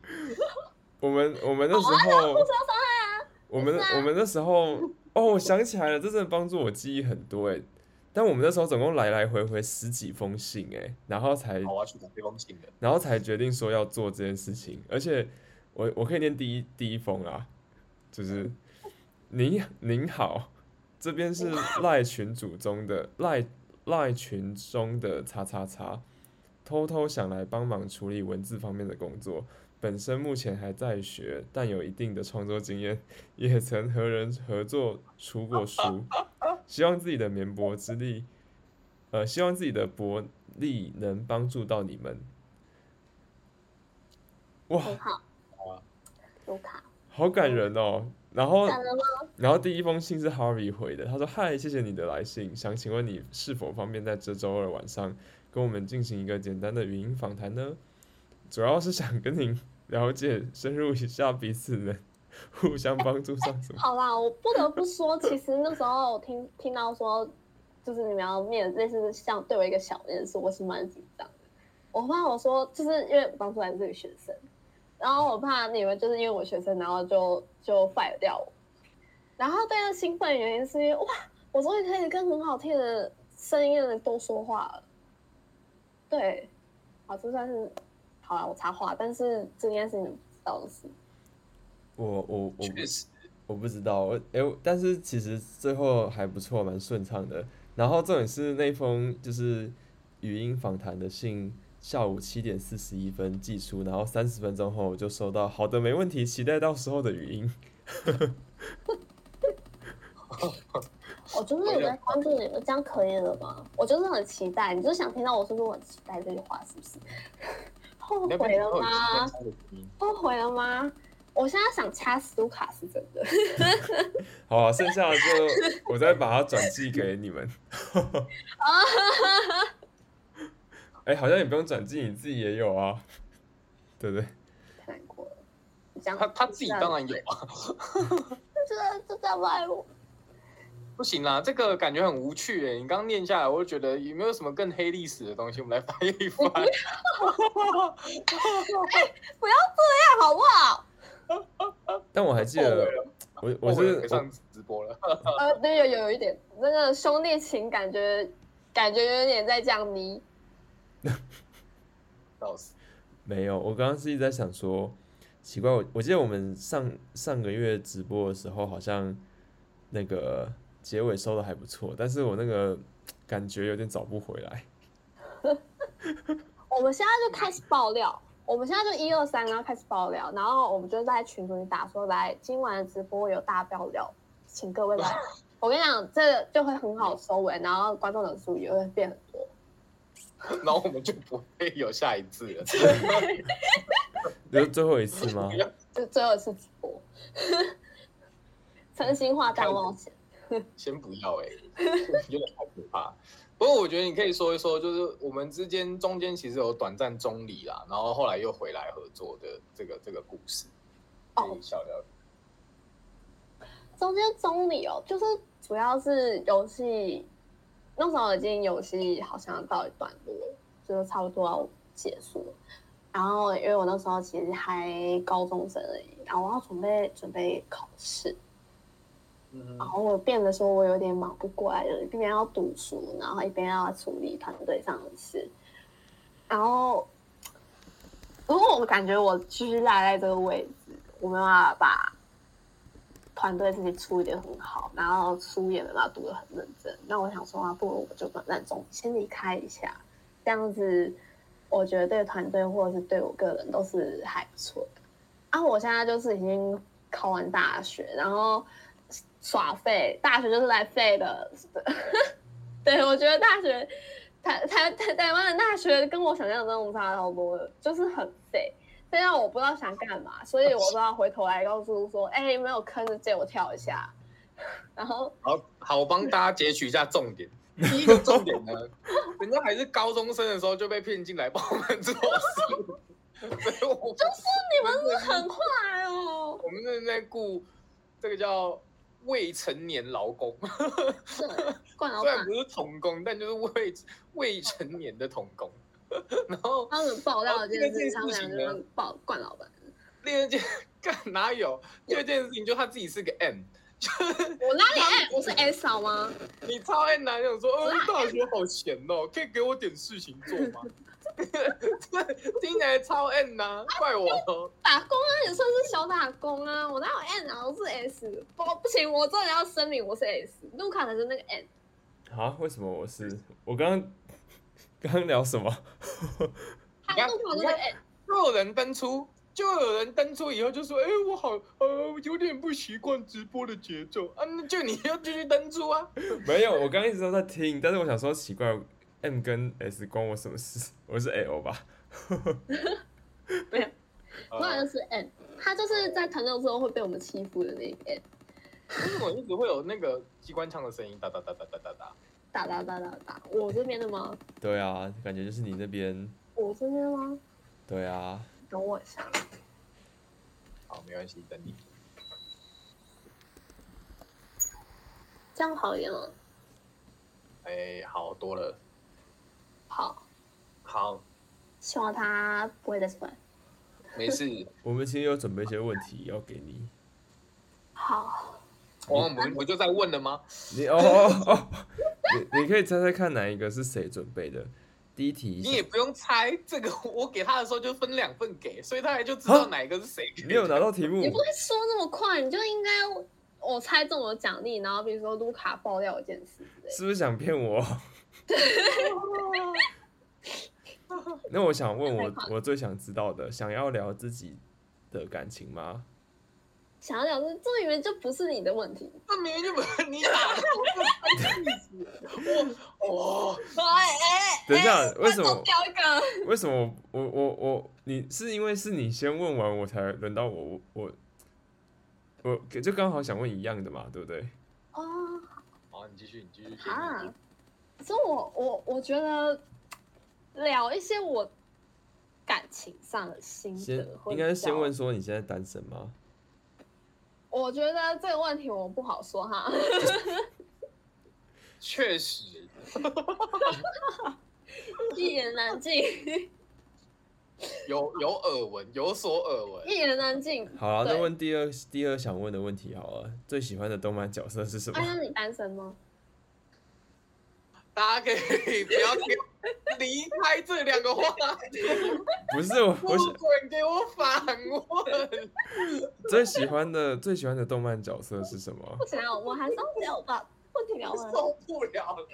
[SPEAKER 2] 我们我们那时候，我们我们那时候哦，我想起来了，这真的帮助我记忆很多哎。但我们那时候总共来来回回十几封信哎，然后才
[SPEAKER 1] 好，我要去找这封信了。
[SPEAKER 2] 然后才决定说要做这件事情。而且我我可以念第一第一封啊，就是您您好，这边是赖群组中的赖赖群中的叉叉叉，偷偷想来帮忙处理文字方面的工作。本身目前还在学，但有一定的创作经验，也曾和人合作出过书。希望自己的绵薄之力，呃，希望自己的薄力能帮助到你们。哇，
[SPEAKER 3] 很好
[SPEAKER 1] 哇，
[SPEAKER 3] 卢卡，
[SPEAKER 2] 好感人哦！然后，
[SPEAKER 3] 感人吗？
[SPEAKER 2] 然后第一封信是 Harvey 回的，他说：“嗨，谢谢你的来信，想请问你是否方便在这周二晚上跟我们进行一个简单的语音访谈呢？主要是想跟您了解，深入一下彼此能互相帮助上 [laughs] 什么。
[SPEAKER 3] 好啦，我不得不说，其实那时候我听听到说，就是你们要面类似像对我一个小面试，我是蛮紧张的。我怕我说，就是因为我当初还是个学生，然后我怕你们就是因为我学生，然后就就 fire 掉我。然后对他兴奋的原因是因为哇，我终于可以跟很好听的声音的人多说话了。对，好，这算是好了，我插话，但是这应该是你们不知道的事。
[SPEAKER 2] 我我我
[SPEAKER 1] 确实，
[SPEAKER 2] 我不知道，我哎、我但是其实最后还不错，蛮顺畅的。然后重点是那封就是语音访谈的信，下午七点四十一分寄出，然后三十分钟后我就收到，好的，没问题，期待到时候的语音。
[SPEAKER 3] 我就是有在关注你们，这样可以了吗？我就是很期待，你就是想听到我是不是我很期待这句话，是不是？后
[SPEAKER 1] 那
[SPEAKER 3] 悔
[SPEAKER 1] 边
[SPEAKER 3] 了
[SPEAKER 1] 有
[SPEAKER 3] 吗？后悔了吗？我现在想掐死卢卡是真的， [laughs]
[SPEAKER 2] 好、啊，剩下的就我再把它转寄给你们。 [laughs] 哎、好像也不用转寄，你自己也有啊，对不对？
[SPEAKER 3] 太难过了。这样
[SPEAKER 1] 他他自己当然有啊，
[SPEAKER 3] 就这样就这样爱我，
[SPEAKER 1] 不行啦，这个感觉很无趣诶。你刚念下来，我就觉得有没有什么更黑历史的东西，我们来翻一
[SPEAKER 3] [laughs]
[SPEAKER 1] 翻。
[SPEAKER 3] 不要这样好不好？
[SPEAKER 2] 但我还记得，我我
[SPEAKER 1] 后悔
[SPEAKER 2] 是
[SPEAKER 1] 没上直播了，
[SPEAKER 3] 呃，对，有有一点那个兄弟情，感觉感觉有点在降低。
[SPEAKER 1] 笑死！
[SPEAKER 2] 没有，我刚刚是一直在想说，奇怪，我我记得我们上上个月直播的时候，好像那个结尾收的还不错，但是我那个感觉有点找不回来。
[SPEAKER 3] 我们现在就开始爆料，我们现在就一二三，然后开始爆料，然后我们就在群组里打说，来今晚的直播有大爆料，请各位来。我跟你讲，这个就会很好收尾，然后观众人数也会变很多。
[SPEAKER 1] 然后我们就不会有下一次了。
[SPEAKER 2] 就是最后一次吗？
[SPEAKER 3] 就最后一次直播， [laughs] 真心话大冒险。
[SPEAKER 1] 先不要哎、有点太可怕。不过我觉得你可以说一说，就是我们之间中间其实有短暂中离啦，然后后来又回来合作的这个这个故事，可
[SPEAKER 3] 哦
[SPEAKER 1] 以小聊。
[SPEAKER 3] 中间中理哦，就是主要是游戏那时候已经游戏好像到一段落了，就是差不多要结束了。然后因为我那时候其实还高中生而已，然后我要准备准备考试，
[SPEAKER 1] 嗯
[SPEAKER 3] 然，后我变得说我有点忙不过来了，一边要读书，然后一边要处理团队上的事。然后，如果我感觉我继续赖在这个位置，我没有办法把团队自己处理的很好，然后书也没办法读的很认真，那我想说啊，不如我就短暂中先离开一下，这样子，我觉得对团队或者是对我个人都是还不错的。啊，我现在就是已经考完大学，然后耍废，大学就是来废的。 [laughs] 对，我觉得大学台台台台湾的大学跟我想象中的差好多了，就是很废。这让我不知道想干嘛，所以我不知道回头来告诉说，哎、有没有坑的借我跳一下。 [laughs] 然后
[SPEAKER 1] 好好，我帮大家截取一下重点。第一个重点呢，人家还是高中生的时候就被骗进来帮我们做事，所以我
[SPEAKER 3] 你们是很坏哦，
[SPEAKER 1] [laughs] 我们正在雇这个叫未成年劳工，
[SPEAKER 3] 是冠老
[SPEAKER 1] 虽然
[SPEAKER 3] 板，
[SPEAKER 1] 不是童工，但就是未未成年的童工。 [laughs] 然后
[SPEAKER 3] 他们爆料的这件事，
[SPEAKER 1] 哦
[SPEAKER 3] 他们
[SPEAKER 1] 这个
[SPEAKER 3] 俩
[SPEAKER 1] 这个
[SPEAKER 3] 就是爆冠老板。
[SPEAKER 1] 第二件干哪有？第二件事情就他自己是个 M，就是
[SPEAKER 3] 我哪里爱？我是 S 好吗？
[SPEAKER 1] 你超爱男友说，呃，大学好闲哦，可以给我点事情做吗？ [laughs] 听起来超 M 呐、怪我哦。
[SPEAKER 3] 打工啊，也算是小打工啊。我哪有 N 啊？我是 S。不，不行，我真的要声明我是 S。路卡才是那个 N。
[SPEAKER 2] 啊？为什么我是？我刚刚刚刚聊什么？ [laughs]
[SPEAKER 3] 他
[SPEAKER 1] 你看
[SPEAKER 3] 路卡那个 N。
[SPEAKER 1] 若有人登出，就有人登出以后就说，哎、我好呃有点不习惯直播的节奏啊，那就你要继续登出啊。
[SPEAKER 2] 没有，我刚刚一直都在听，但是我想说奇怪，M 跟 S 关我什么事？我是 L 吧？
[SPEAKER 1] 呃 [laughs]
[SPEAKER 3] 那就是 N，他就是在团队之后会被我们欺负的那一 N，
[SPEAKER 1] 为什么一直会有那个机关枪的声音？哒哒哒哒哒哒哒。
[SPEAKER 3] 打打打打打。我这边的吗？
[SPEAKER 2] 对啊，感觉就是你那边。
[SPEAKER 3] 我这边的吗？
[SPEAKER 2] 对啊，
[SPEAKER 3] 等我一下。
[SPEAKER 1] 好，没关系，等你。
[SPEAKER 3] 这样好一点吗？哦
[SPEAKER 1] 哎、好多了。
[SPEAKER 3] 好，
[SPEAKER 1] 好，
[SPEAKER 3] 希望他不会再出来。
[SPEAKER 1] 没
[SPEAKER 2] [laughs]
[SPEAKER 1] 事。
[SPEAKER 2] 我们其实有准备一些问题要给你。
[SPEAKER 1] 嗯
[SPEAKER 3] 好，
[SPEAKER 1] 我们不就在问了吗？
[SPEAKER 2] 你哦哦哦，你你可以猜猜看哪一个是谁准备的？第一题，
[SPEAKER 1] 你也不用猜，这个我给他的时候就分两份给，所以他也就知道
[SPEAKER 2] 啊
[SPEAKER 1] 哪一个是谁。
[SPEAKER 2] 你有拿到题目
[SPEAKER 3] 你？不会说那么快，你就应该我猜中我奖励，然后比如说卢卡爆料一件事之类的。
[SPEAKER 2] 是不是想骗我？ [laughs] 那我想问我，我最想知道的，想要聊自己的感情吗？
[SPEAKER 3] 想要讲是，这明明就不是你的问题。
[SPEAKER 1] 这明明就不是你打的，我哦，
[SPEAKER 3] 哎哎，
[SPEAKER 2] 等一下
[SPEAKER 3] 哎
[SPEAKER 2] 为什么
[SPEAKER 3] 观众挑一个？
[SPEAKER 2] 为什么我我我我你是因为是你先问完我才轮到我我我我就刚好想问一样的嘛，对不对？
[SPEAKER 3] 哦，
[SPEAKER 1] 好，你继续，你继续。
[SPEAKER 3] 哈，所以我我我觉得聊一些我感情上的心
[SPEAKER 2] 先
[SPEAKER 3] 得，
[SPEAKER 2] 应该是先问。说你现在单身吗？
[SPEAKER 3] 我觉得这个问题我不好说哈，
[SPEAKER 1] 确实，
[SPEAKER 3] [laughs] 一言难尽，
[SPEAKER 1] 有有耳闻，有所耳闻。
[SPEAKER 3] [laughs] 一言难尽。
[SPEAKER 2] 好了，
[SPEAKER 3] 对
[SPEAKER 2] 再问第二第二想问的问题好了，最喜欢的动漫角色是什么
[SPEAKER 3] 啊，？那你单身吗？
[SPEAKER 1] 大家可以不要给我离开这两个话题，
[SPEAKER 2] [laughs] 不是我，我
[SPEAKER 1] 不
[SPEAKER 2] 想
[SPEAKER 1] 准给我反问。
[SPEAKER 2] 最喜欢的最喜欢的动漫角色是什
[SPEAKER 3] [laughs]
[SPEAKER 2] 么
[SPEAKER 3] 不？行啊，我还是要聊吧。问题聊啊完了。
[SPEAKER 1] 受不了了。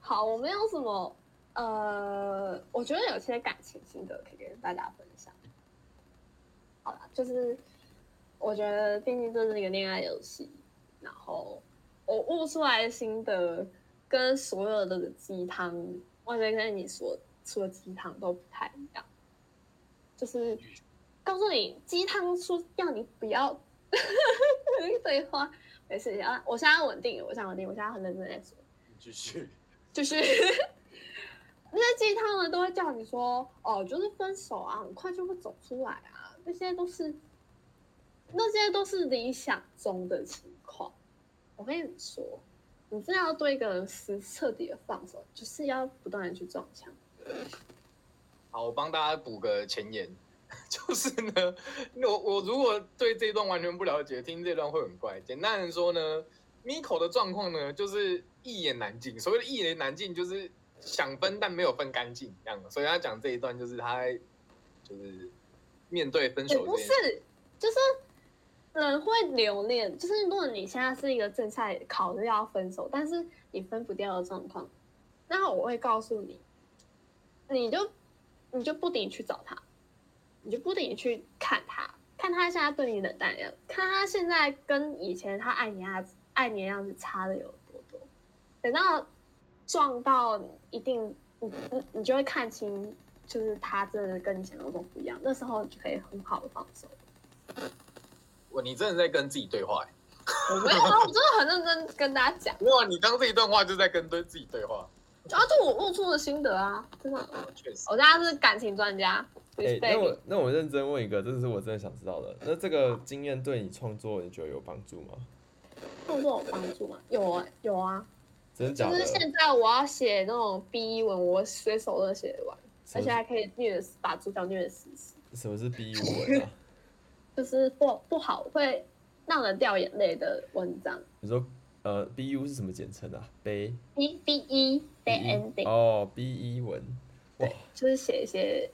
[SPEAKER 3] 好，我没有什么，呃，我觉得有些感情心得可以跟大家分享。好啦，就是我觉得毕竟这是一个恋爱游戏，然后我悟出来的心得跟所有的鸡汤，我觉得跟你所说的鸡汤都不太一样，就是告诉你鸡汤说要你不要 [laughs] 对话，没事啊，我现在稳定了，我现在稳定，我现在很认真在说。
[SPEAKER 1] 继续，
[SPEAKER 3] 就是 [laughs] 那些鸡汤呢，都会叫你说哦，就是分手啊，很快就会走出来啊，那些都是那些都是理想中的情况。我跟你说，你真的要对一个人是彻底的放手，就是要不断的去撞墙。
[SPEAKER 1] 好，我帮大家补个前言， [laughs] 就是呢，我我如果对这段完全不了解，听这段会很怪。简单的说呢，Miko 的状况呢，就是一言难尽。所谓的一言难尽，就是想分但没有分干净这样。所以他讲这一段，就是他在就是面对分
[SPEAKER 3] 也
[SPEAKER 1] 手
[SPEAKER 3] 不
[SPEAKER 1] 这件
[SPEAKER 3] 是
[SPEAKER 1] 事。，
[SPEAKER 3] 就是人会留恋，就是如果你现在是一个正在考虑要分手，但是你分不掉的状况，那我会告诉你，你就你就不停地去找他，你就不停地去看他，看他现在对你冷淡的样子，看他现在跟以前他爱你的样子爱你的样子差的有多多，等到撞到一定，你你你就会看清。就是他真的跟你想象中不一样，那时候你就可以很好的放手。 [laughs]
[SPEAKER 1] 我你真的在跟自己对话、欸？
[SPEAKER 3] 我没有啊，我真的很认真跟大家讲，
[SPEAKER 1] 哇，你刚这一段话就是在跟对自己对话，
[SPEAKER 3] 然后就我悟出的心得啊，真的，
[SPEAKER 1] 哦确实。
[SPEAKER 3] 我家是感情专家
[SPEAKER 2] 哎、那
[SPEAKER 3] ，respect，
[SPEAKER 2] 我那我认真问一个，这是我真的想知道的。那这个经验对你创作，你觉得有帮助吗？
[SPEAKER 3] 动作有帮助吗？有啊，有啊，
[SPEAKER 2] 真的假
[SPEAKER 3] 就
[SPEAKER 2] 的
[SPEAKER 3] 是？现在我要写那种 B 一文，我随手都写得完，
[SPEAKER 2] 什
[SPEAKER 3] 而且
[SPEAKER 2] 么
[SPEAKER 3] 还可以虐死把主角虐得死死，
[SPEAKER 2] 什么是 B 文
[SPEAKER 3] [laughs]
[SPEAKER 2] 啊？
[SPEAKER 3] 就是不不好会让人掉眼泪的文章
[SPEAKER 2] 你说呃，BU 是什么简称啊？悲
[SPEAKER 3] B B 一
[SPEAKER 2] B
[SPEAKER 3] bad
[SPEAKER 2] 一
[SPEAKER 3] ending，
[SPEAKER 2] 哦，B 一文哇，
[SPEAKER 3] 就是写一些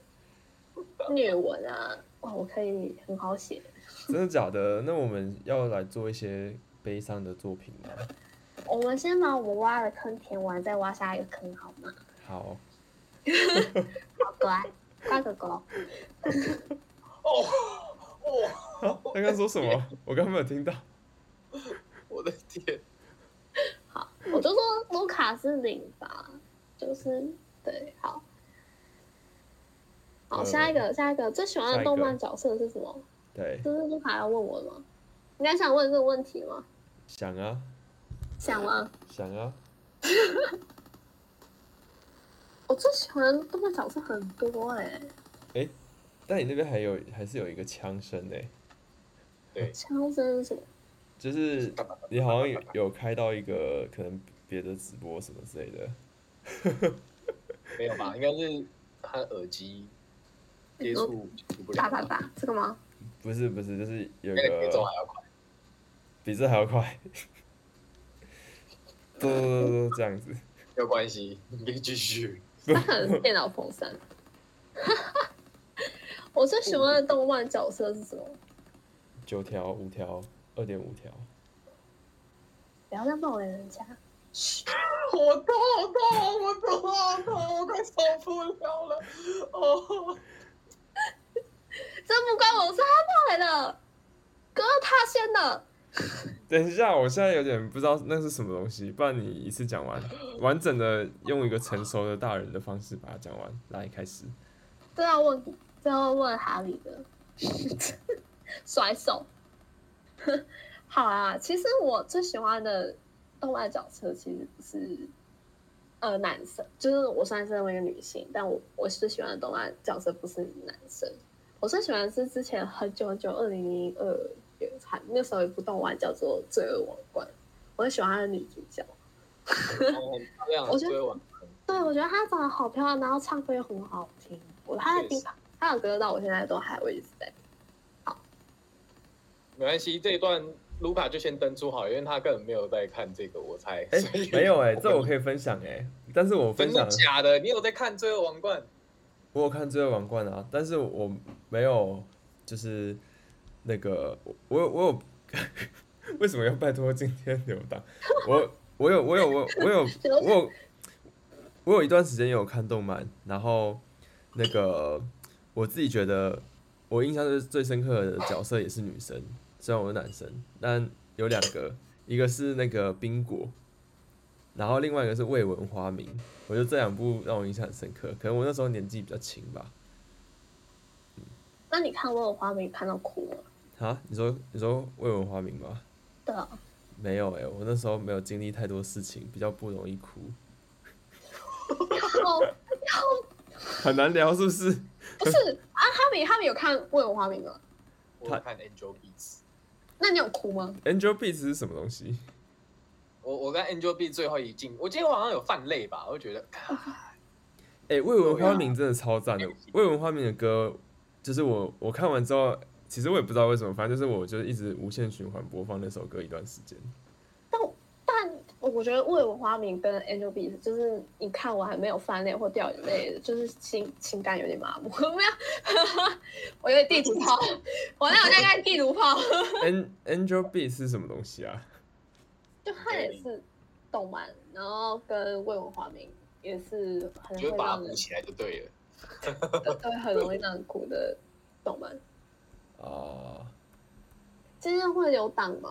[SPEAKER 3] 虐文啊，哇，我可以很好写，
[SPEAKER 2] 真的假的？那我们要来做一些悲伤的作品吗？
[SPEAKER 3] 我们先把我们挖的坑填完，再挖下一个坑好吗？
[SPEAKER 2] 好，
[SPEAKER 3] 好乖，乖狗狗。
[SPEAKER 1] 哦哦，
[SPEAKER 2] 刚刚说什么？我刚刚没有听到。
[SPEAKER 1] 我的天！
[SPEAKER 3] 好，我就说卢卡是零吧，就是对，好。好，
[SPEAKER 2] 嗯
[SPEAKER 3] 下一个，下一个，最喜欢
[SPEAKER 2] 下一
[SPEAKER 3] 的
[SPEAKER 2] 个
[SPEAKER 3] 动漫角色是什么？
[SPEAKER 2] 对，
[SPEAKER 3] 这是卢卡要问我的吗？你还想问这个问题吗？
[SPEAKER 2] 想啊
[SPEAKER 3] 想吗？
[SPEAKER 2] 想啊，
[SPEAKER 3] 我最喜欢的动漫角色很多哎、
[SPEAKER 2] 哎、但你那边还有还是有一个枪声哎、
[SPEAKER 1] 对，
[SPEAKER 3] 枪声是什么？
[SPEAKER 2] 就是你好像有有开到一个可能别的直播什么之类的。
[SPEAKER 1] 没有吧？应该是他耳机接触接触不
[SPEAKER 3] 嗯打
[SPEAKER 1] 了
[SPEAKER 3] 打
[SPEAKER 1] 吧，
[SPEAKER 3] 打，这个吗？
[SPEAKER 2] 不是不是，就是有一
[SPEAKER 1] 那个节奏还
[SPEAKER 2] 个
[SPEAKER 1] 要快。
[SPEAKER 2] 比这还要快，嘟嘟嘟嘟这样子。
[SPEAKER 1] 没有关系，你可以继续。
[SPEAKER 3] 他可能是电脑风扇。 [laughs] 我最喜欢的动漫角色是什么？
[SPEAKER 2] 九条、五条、二点五条，
[SPEAKER 3] 不要再冒昧人家。
[SPEAKER 1] 我头好痛，我头好痛，我快受不了了。哦，
[SPEAKER 3] 这不关我事，他跑来的，哥他先的。
[SPEAKER 2] 等一下，我现在有点不知道那是什么东西，不然你一次讲完，完整的用一个成熟的大人的方式把它讲完。来，开始。
[SPEAKER 3] 这要问，这要问哈利的， [laughs] 甩手。好啊，其实我最喜欢的动漫角色其实不是呃男生，就是我虽然身为一个女性，但我我最喜欢的动漫角色不是男生，我最喜欢的是之前很久很久，二零零二有那时候有一部动漫叫做《罪恶王冠》，我很喜欢她的女主角。
[SPEAKER 1] 然后哦很漂亮，
[SPEAKER 3] 我觉得
[SPEAKER 1] 所以我
[SPEAKER 3] 对，我觉得她长得好漂亮，然后唱歌又很好听。我她的
[SPEAKER 1] 确
[SPEAKER 3] 第她的歌到我现在都还会一直在。
[SPEAKER 1] 没关系，这一段卢卡就先登出好了，因为他根本没有在看这个，我猜。
[SPEAKER 2] 哎、
[SPEAKER 1] 所以
[SPEAKER 2] 没有哎、这我可以分享哎、但是我分
[SPEAKER 1] 真的
[SPEAKER 2] 享
[SPEAKER 1] 假的？你有在看《罪恶王冠》？
[SPEAKER 2] 我有看《罪恶王冠》啊，但是我没有，就是那个我我有我有 [laughs] 为什么要拜托今天留档？我我有我有我我有我有我有一段时间有看动漫，然后那个我自己觉得我印象最最深刻的角色也是女生，虽然我是男生，但有两个，一个是那个冰果，然后另外一个是未闻花名，我觉得这两部让我印象很深刻。可能我那时候年纪比较轻吧。
[SPEAKER 3] 那你看《我有花没看到哭了？
[SPEAKER 2] 啊，你说你说未闻花名吗？
[SPEAKER 3] 对啊，
[SPEAKER 2] 没有诶、我那时候没有经历太多事情，比较不容易哭，
[SPEAKER 3] 哦，
[SPEAKER 2] 很难聊是不是？
[SPEAKER 3] 不是啊，哈米哈米有看《我有花名》吗？
[SPEAKER 1] 我有看 Angel Beats，
[SPEAKER 3] 那你有哭吗？
[SPEAKER 2] Angel Beats 是什么东西？
[SPEAKER 1] 我我跟 Angel Beats 最后一镜，我今天晚上有泛泪吧，我就觉得，啊
[SPEAKER 2] 哎、未闻花名真的超赞的。未闻花名的歌，就是我我看完之后，其实我也不知道为什么，反正就是我就是一直无限循环播放那首歌一段时间。
[SPEAKER 3] 但我觉得《为我花名》跟《Angel Beats》就是你看我还没有翻脸或掉眼泪，就是情情感有点麻木， [laughs] 没有，我有点地图炮，我那我在看地图炮， [laughs]
[SPEAKER 2] An Angel Beats 是什么东西啊？
[SPEAKER 3] 就它也是动漫，然后跟《为我花名》也是很
[SPEAKER 1] 就是
[SPEAKER 3] 会
[SPEAKER 1] 把它
[SPEAKER 3] 让
[SPEAKER 1] 补
[SPEAKER 3] 人
[SPEAKER 1] 起来就对了。
[SPEAKER 3] 对很容易让人哭的动漫。
[SPEAKER 2] 啊、
[SPEAKER 3] 今天会留档吗？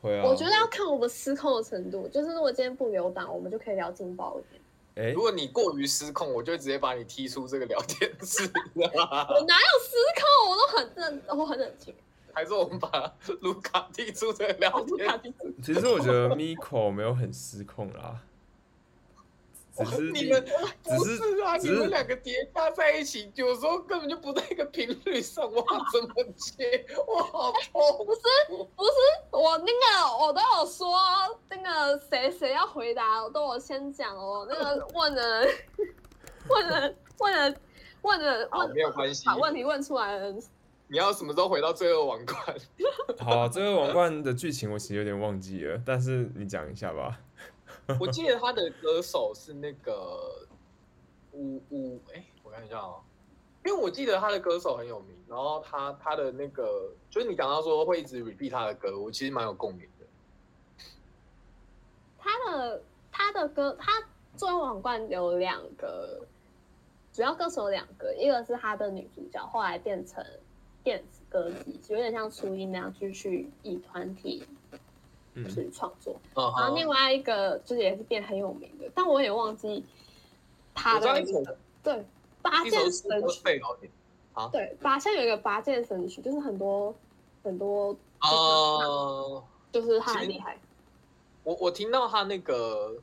[SPEAKER 2] 会啊。
[SPEAKER 3] 我觉得要看我们失控的程度，就是如果今天不留档，我们就可以聊劲爆一点。
[SPEAKER 2] 哎、
[SPEAKER 1] 如果你过于失控，我就会直接把你踢出这个聊天室。啊
[SPEAKER 3] 我哪有失控？我都很认，我很冷静。
[SPEAKER 1] 还是我们把卢卡踢出这个聊天室？
[SPEAKER 2] 其实我觉得 Miko 没有很失控啦，只
[SPEAKER 1] [laughs]
[SPEAKER 2] 是
[SPEAKER 1] 你们
[SPEAKER 2] 只
[SPEAKER 1] 不
[SPEAKER 2] 是
[SPEAKER 1] 是啊，
[SPEAKER 2] 只
[SPEAKER 1] 你
[SPEAKER 2] 是
[SPEAKER 1] 们两个叠加在一起，有时候根本就不在一个频率上，我怎么
[SPEAKER 3] [laughs]
[SPEAKER 1] 接？我好痛
[SPEAKER 3] 不！是不是，我那个我都有说那个谁谁要回答，我都有先讲哦。那个问的 [laughs] 问的问的问的
[SPEAKER 1] 好，
[SPEAKER 3] 问
[SPEAKER 1] 没有关系
[SPEAKER 3] 把。问题问出来的人，
[SPEAKER 1] 你要什么时候回到罪恶王冠？
[SPEAKER 2] 好、啊，这个王冠的剧情我其实有点忘记了，但是你讲一下吧。
[SPEAKER 1] 我记得他的歌手是那 [laughs] 个五五，哎、我看一下哦，因为我记得他的歌手很有名，然后他他的那个就是你讲到说会一直 repeat 他的歌，我其实蛮有共鸣的。
[SPEAKER 3] 他的他的歌，他最后皇冠有两个主要歌手有两个，一个是他的女主角，后来变成电子歌姬，有点像初音那样继续以团体
[SPEAKER 2] 嗯，
[SPEAKER 3] 去创作。
[SPEAKER 1] 嗯
[SPEAKER 3] 然后另外一啊个就是也是变很有名的，但我也忘记他
[SPEAKER 1] 我知道
[SPEAKER 3] 的
[SPEAKER 1] 一首
[SPEAKER 3] 对拔
[SPEAKER 1] 一首
[SPEAKER 3] 剑
[SPEAKER 1] 是
[SPEAKER 3] 神曲，
[SPEAKER 1] 费老点
[SPEAKER 3] 对拔现在有一个拔剑神曲，就是很多很多，
[SPEAKER 1] 哦，
[SPEAKER 3] 就是他很厉害。
[SPEAKER 1] 我我听到他那个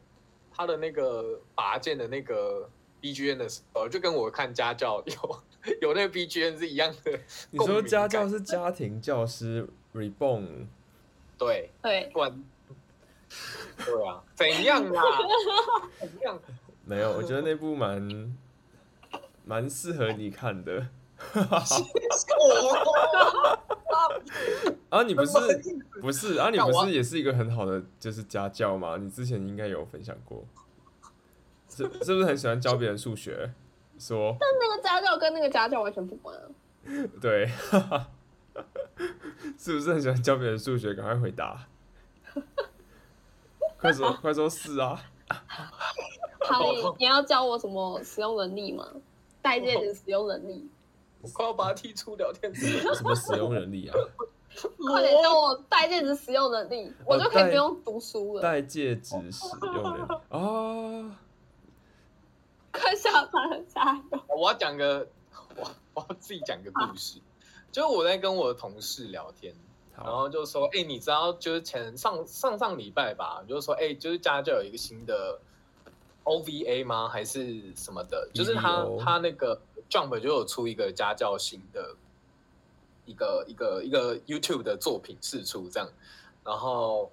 [SPEAKER 1] 他的那个拔剑的那个 BGM 的时候，就跟我看家教有有那个 BGM 是一样的。
[SPEAKER 2] [laughs] 你
[SPEAKER 1] 共
[SPEAKER 2] 说
[SPEAKER 1] 鸣
[SPEAKER 2] 家
[SPEAKER 1] 感
[SPEAKER 2] 教是家庭教师 Reborn，
[SPEAKER 1] 对，
[SPEAKER 3] 对，
[SPEAKER 1] 不然，对啊，怎样啦？怎
[SPEAKER 2] [laughs]
[SPEAKER 1] 样？
[SPEAKER 2] 没有，我觉得那部蛮蛮适合你看的。啊，你不
[SPEAKER 1] [laughs]
[SPEAKER 2] 是不是啊，你
[SPEAKER 1] 那
[SPEAKER 2] 不
[SPEAKER 1] 我
[SPEAKER 2] 是也是一个很好的就是家教吗？你之前应该有分享过，是是不是很喜欢教别人数学？说
[SPEAKER 3] 那个家教跟那个家教完全不关啊。
[SPEAKER 2] 对， [laughs] 是不是很喜欢教别人数学？赶快回答，快说快说是啊！
[SPEAKER 3] 哈利，你要教我什么使用能力吗？代借的使用能力，
[SPEAKER 1] 我快要把他踢出聊天室。
[SPEAKER 2] 什么使用能力啊？
[SPEAKER 3] 快点教我代借的使用能力，我就可
[SPEAKER 2] 哦
[SPEAKER 3] 以不用读书了。
[SPEAKER 2] 戴戒指使用能力啊！
[SPEAKER 3] 快下班，加油！
[SPEAKER 1] 我要讲个，我我要自己讲个故事。就是我在跟我的同事聊天，然
[SPEAKER 2] 好，
[SPEAKER 1] 后就说：“哎、你知道，就是前上上上礼拜吧，就是说，哎、就是家教有一个新的 OVA 吗？还是什么的？就是他
[SPEAKER 2] EVO
[SPEAKER 1] 他那个 Jump 就有出一个家教新的一个一个一个 YouTube 的作品试出这样，然后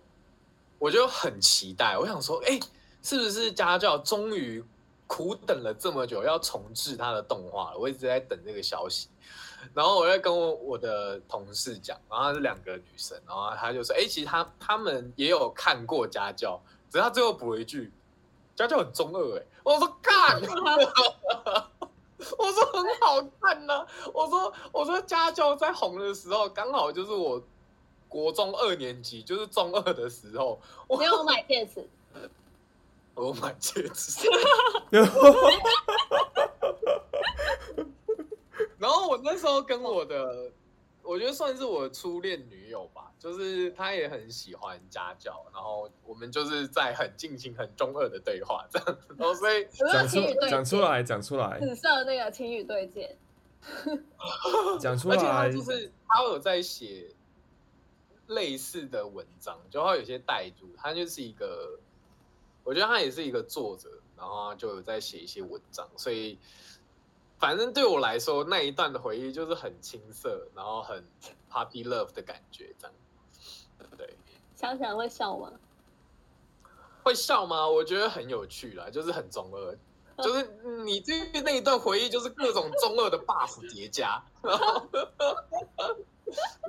[SPEAKER 1] 我就很期待，我想说，哎、是不是家教终于苦等了这么久，要重置他的动画了？我一直在等这个消息。然后我在跟我我的同事讲，然后她是两个女生，然后她就说，哎、其实她她们也有看过家教，只是她最后补了一句，家教很中二、哎，我说干。我说很好看呐、我说我说家教在红的时候，刚好就是我国中二年级，就是中二的时候，
[SPEAKER 3] 没有买戒指，
[SPEAKER 1] 我买戒指， [laughs] 然后我那时候跟我的，我觉得算是我的初恋女友吧，就是她也很喜欢家教，然后我们就是在很尽情、很中二的对话这样子，然后所以
[SPEAKER 3] 有没有
[SPEAKER 2] 讲出
[SPEAKER 3] 情侣对
[SPEAKER 2] 讲出
[SPEAKER 3] 戒
[SPEAKER 2] 来，讲出
[SPEAKER 3] [laughs]
[SPEAKER 2] 来，
[SPEAKER 3] 紫色那个情侣对戒，
[SPEAKER 2] 讲出
[SPEAKER 1] 而且他
[SPEAKER 2] 来，
[SPEAKER 1] 就是他有在写类似的文章，就他有些代注，他就是一个，我觉得他也是一个作者，然后他就有在写一些文章，所以反正对我来说那一段的回忆就是很青涩，然后很 puppy love 的感觉，这样。对，
[SPEAKER 3] 想想会笑吗？
[SPEAKER 1] 会笑吗？我觉得很有趣啦，就是很中二，就是你对于那一段回忆，就是各种中二的 buff 叠加，然后，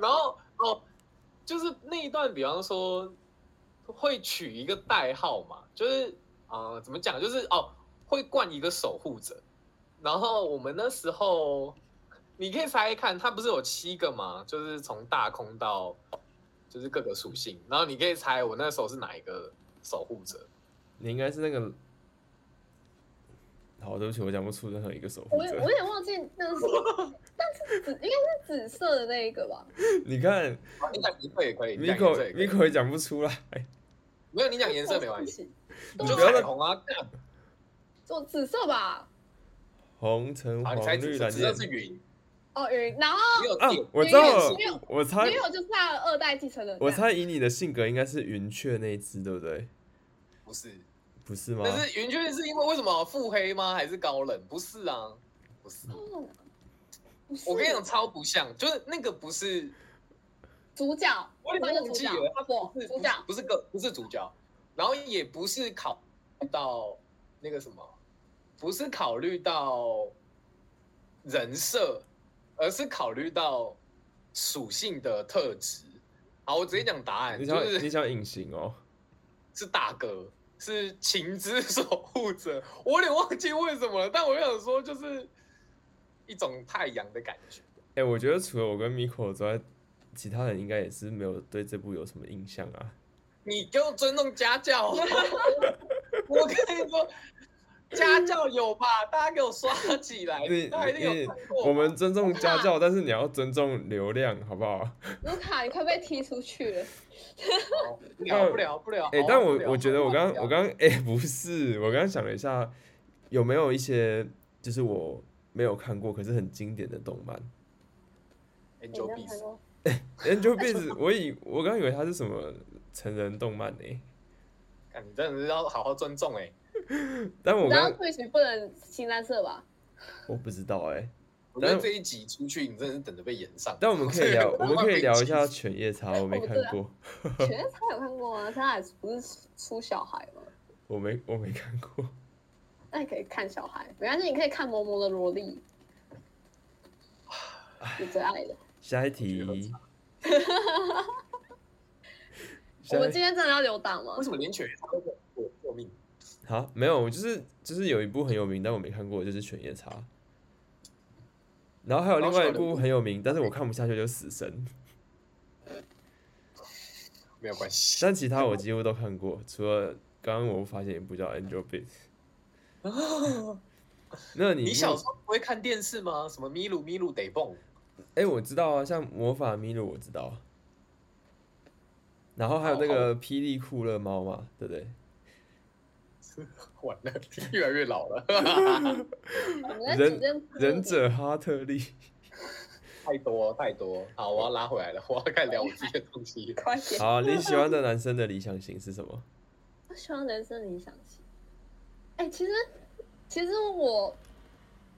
[SPEAKER 1] 然后哦，就是那一段，比方说会取一个代号嘛，就是呃，怎么讲，就是哦，会冠一个守护者，然后我们那时候。你可以猜看，它不是有七个吗？就是从大空到，就是各个属性。然后你可以猜我那时候是哪一个守护者。
[SPEAKER 2] 你应该是那个。好，对不起，我讲不出任何一个守护
[SPEAKER 3] 我也我
[SPEAKER 2] 者。
[SPEAKER 3] 有点忘记那是什么， [laughs] 但是紫应该是紫色的那一个吧？
[SPEAKER 2] 你看
[SPEAKER 1] 哦你讲颜色也可以，你讲颜色也可以
[SPEAKER 2] ，Miko，Miko 也讲不出来。
[SPEAKER 1] 没有你讲颜色没关系，
[SPEAKER 3] 系，
[SPEAKER 1] 你
[SPEAKER 3] 对
[SPEAKER 1] 就
[SPEAKER 2] 不要
[SPEAKER 1] 彩
[SPEAKER 2] 再
[SPEAKER 1] 虹啊，干
[SPEAKER 3] 就哦紫色吧？
[SPEAKER 2] 红橙
[SPEAKER 1] 啊，
[SPEAKER 2] 黄
[SPEAKER 1] 你猜紫
[SPEAKER 2] 绿
[SPEAKER 1] 色，
[SPEAKER 2] 蓝
[SPEAKER 1] 紫色
[SPEAKER 2] 靛。
[SPEAKER 1] 是云，
[SPEAKER 3] 哦，云，然后
[SPEAKER 1] 没有
[SPEAKER 2] 啊
[SPEAKER 1] 电，，
[SPEAKER 2] 我知道
[SPEAKER 1] 因
[SPEAKER 2] 了
[SPEAKER 1] 为，
[SPEAKER 2] 我猜
[SPEAKER 3] 女，友就是他的二代继承人。
[SPEAKER 2] 我猜以你的性格应该是云雀那一只，对不对？
[SPEAKER 1] 不是，
[SPEAKER 2] 不是吗？
[SPEAKER 1] 但是云雀是因为为什么腹黑吗？还是高冷？不是啊，不是。
[SPEAKER 3] 嗯，不是
[SPEAKER 1] 我跟你讲，超不像，就是那个不是，
[SPEAKER 3] 主角，
[SPEAKER 1] 我有
[SPEAKER 3] 换一
[SPEAKER 1] 点忘
[SPEAKER 3] 个主
[SPEAKER 1] 记
[SPEAKER 3] 角
[SPEAKER 1] 了，他
[SPEAKER 3] 我
[SPEAKER 1] 不是
[SPEAKER 3] 主角，
[SPEAKER 1] 不是个不是主角，然后也不是考虑到那个什么，不是考虑到人设，而是考虑到属性的特质。好，我直接讲答案，
[SPEAKER 2] 你
[SPEAKER 1] 就
[SPEAKER 2] 想
[SPEAKER 1] 是
[SPEAKER 2] 你想隐形哦？
[SPEAKER 1] 是大哥，是情之守护者。我有点忘记为什么了，但我想说，就是一种太阳的感觉。
[SPEAKER 2] 哎，我觉得除了我跟 Miko 之外，其他人应该也是没有对这部有什么印象啊。
[SPEAKER 1] 你给我尊重家教，哦 [laughs] 我跟你说，家教有吧？大家给我刷起来，
[SPEAKER 2] 你
[SPEAKER 1] 大家哎一定
[SPEAKER 2] 你
[SPEAKER 1] 有看过吧。
[SPEAKER 2] 我们尊重家
[SPEAKER 1] [laughs]
[SPEAKER 2] 教，但是你要尊重流量，好不
[SPEAKER 1] 哦
[SPEAKER 2] 好？
[SPEAKER 3] 卢卡，你快被踢出去了。
[SPEAKER 1] 好不聊不聊不聊。
[SPEAKER 2] 哎、
[SPEAKER 1] 好
[SPEAKER 2] 但
[SPEAKER 1] 不聊
[SPEAKER 2] 我我觉得我
[SPEAKER 1] 好
[SPEAKER 2] 刚
[SPEAKER 1] 不聊
[SPEAKER 2] 我刚哎、不是，我刚刚想了一下，有没有一些就是我没有看过可是很经典的动漫？
[SPEAKER 1] 哎你就闭嘴
[SPEAKER 3] 过？
[SPEAKER 2] 哎，就变成我以我刚以为它是什么成人动漫呢、
[SPEAKER 1] 干你真的是要好好尊重哎。
[SPEAKER 2] 但我
[SPEAKER 3] 然后
[SPEAKER 2] 刚
[SPEAKER 3] Twitch 不能新蓝
[SPEAKER 2] [laughs]
[SPEAKER 3] 色吧？
[SPEAKER 2] 我不知道哎、
[SPEAKER 1] 我觉得这一集出去，你真的是等着被延上。。
[SPEAKER 2] 但我们可以聊，我们可以聊一下《犬夜叉》，我没看过，
[SPEAKER 3] 全他有看过啊，他还不是出小孩吗？
[SPEAKER 2] 我没我没看过。
[SPEAKER 3] 那你可以看小孩，没关系，你可以看萌萌的萝
[SPEAKER 2] [laughs]
[SPEAKER 3] 莉，你最爱的。
[SPEAKER 2] 下一题， [laughs]
[SPEAKER 3] 我
[SPEAKER 2] 下
[SPEAKER 3] 们
[SPEAKER 2] 一
[SPEAKER 3] 今天真的要留档吗
[SPEAKER 1] 为？什么连犬夜叉都没有看过？救命！
[SPEAKER 2] 好没有，我就是就是有一部很有名，但我没看过，就是《犬夜叉》。然后还有另外一部很有名，但是我看不下去，就是《死神》，
[SPEAKER 1] 没有关系。
[SPEAKER 2] 但其他我几乎都看过，除了刚刚我发现一部叫《Angel Beats》。那你
[SPEAKER 1] 你小时候不会看电视吗？什么咪噜咪噜得蹦？
[SPEAKER 2] 哎、我知道啊，像魔法咪路我知道，啊然后还有那个霹雳酷乐猫嘛，对 [laughs] 不对？
[SPEAKER 1] 完了，越来越老了， [laughs]
[SPEAKER 3] 我们在
[SPEAKER 2] 忍
[SPEAKER 3] 指认
[SPEAKER 2] 忍者哈特利，
[SPEAKER 1] 太多太多。好，我要拉回来了，我要开始聊我自己的东西了。
[SPEAKER 3] 快点。
[SPEAKER 2] 好，啊你喜欢的男生的理想型是什么？
[SPEAKER 3] 我希望人生理想型。哎、其实其实我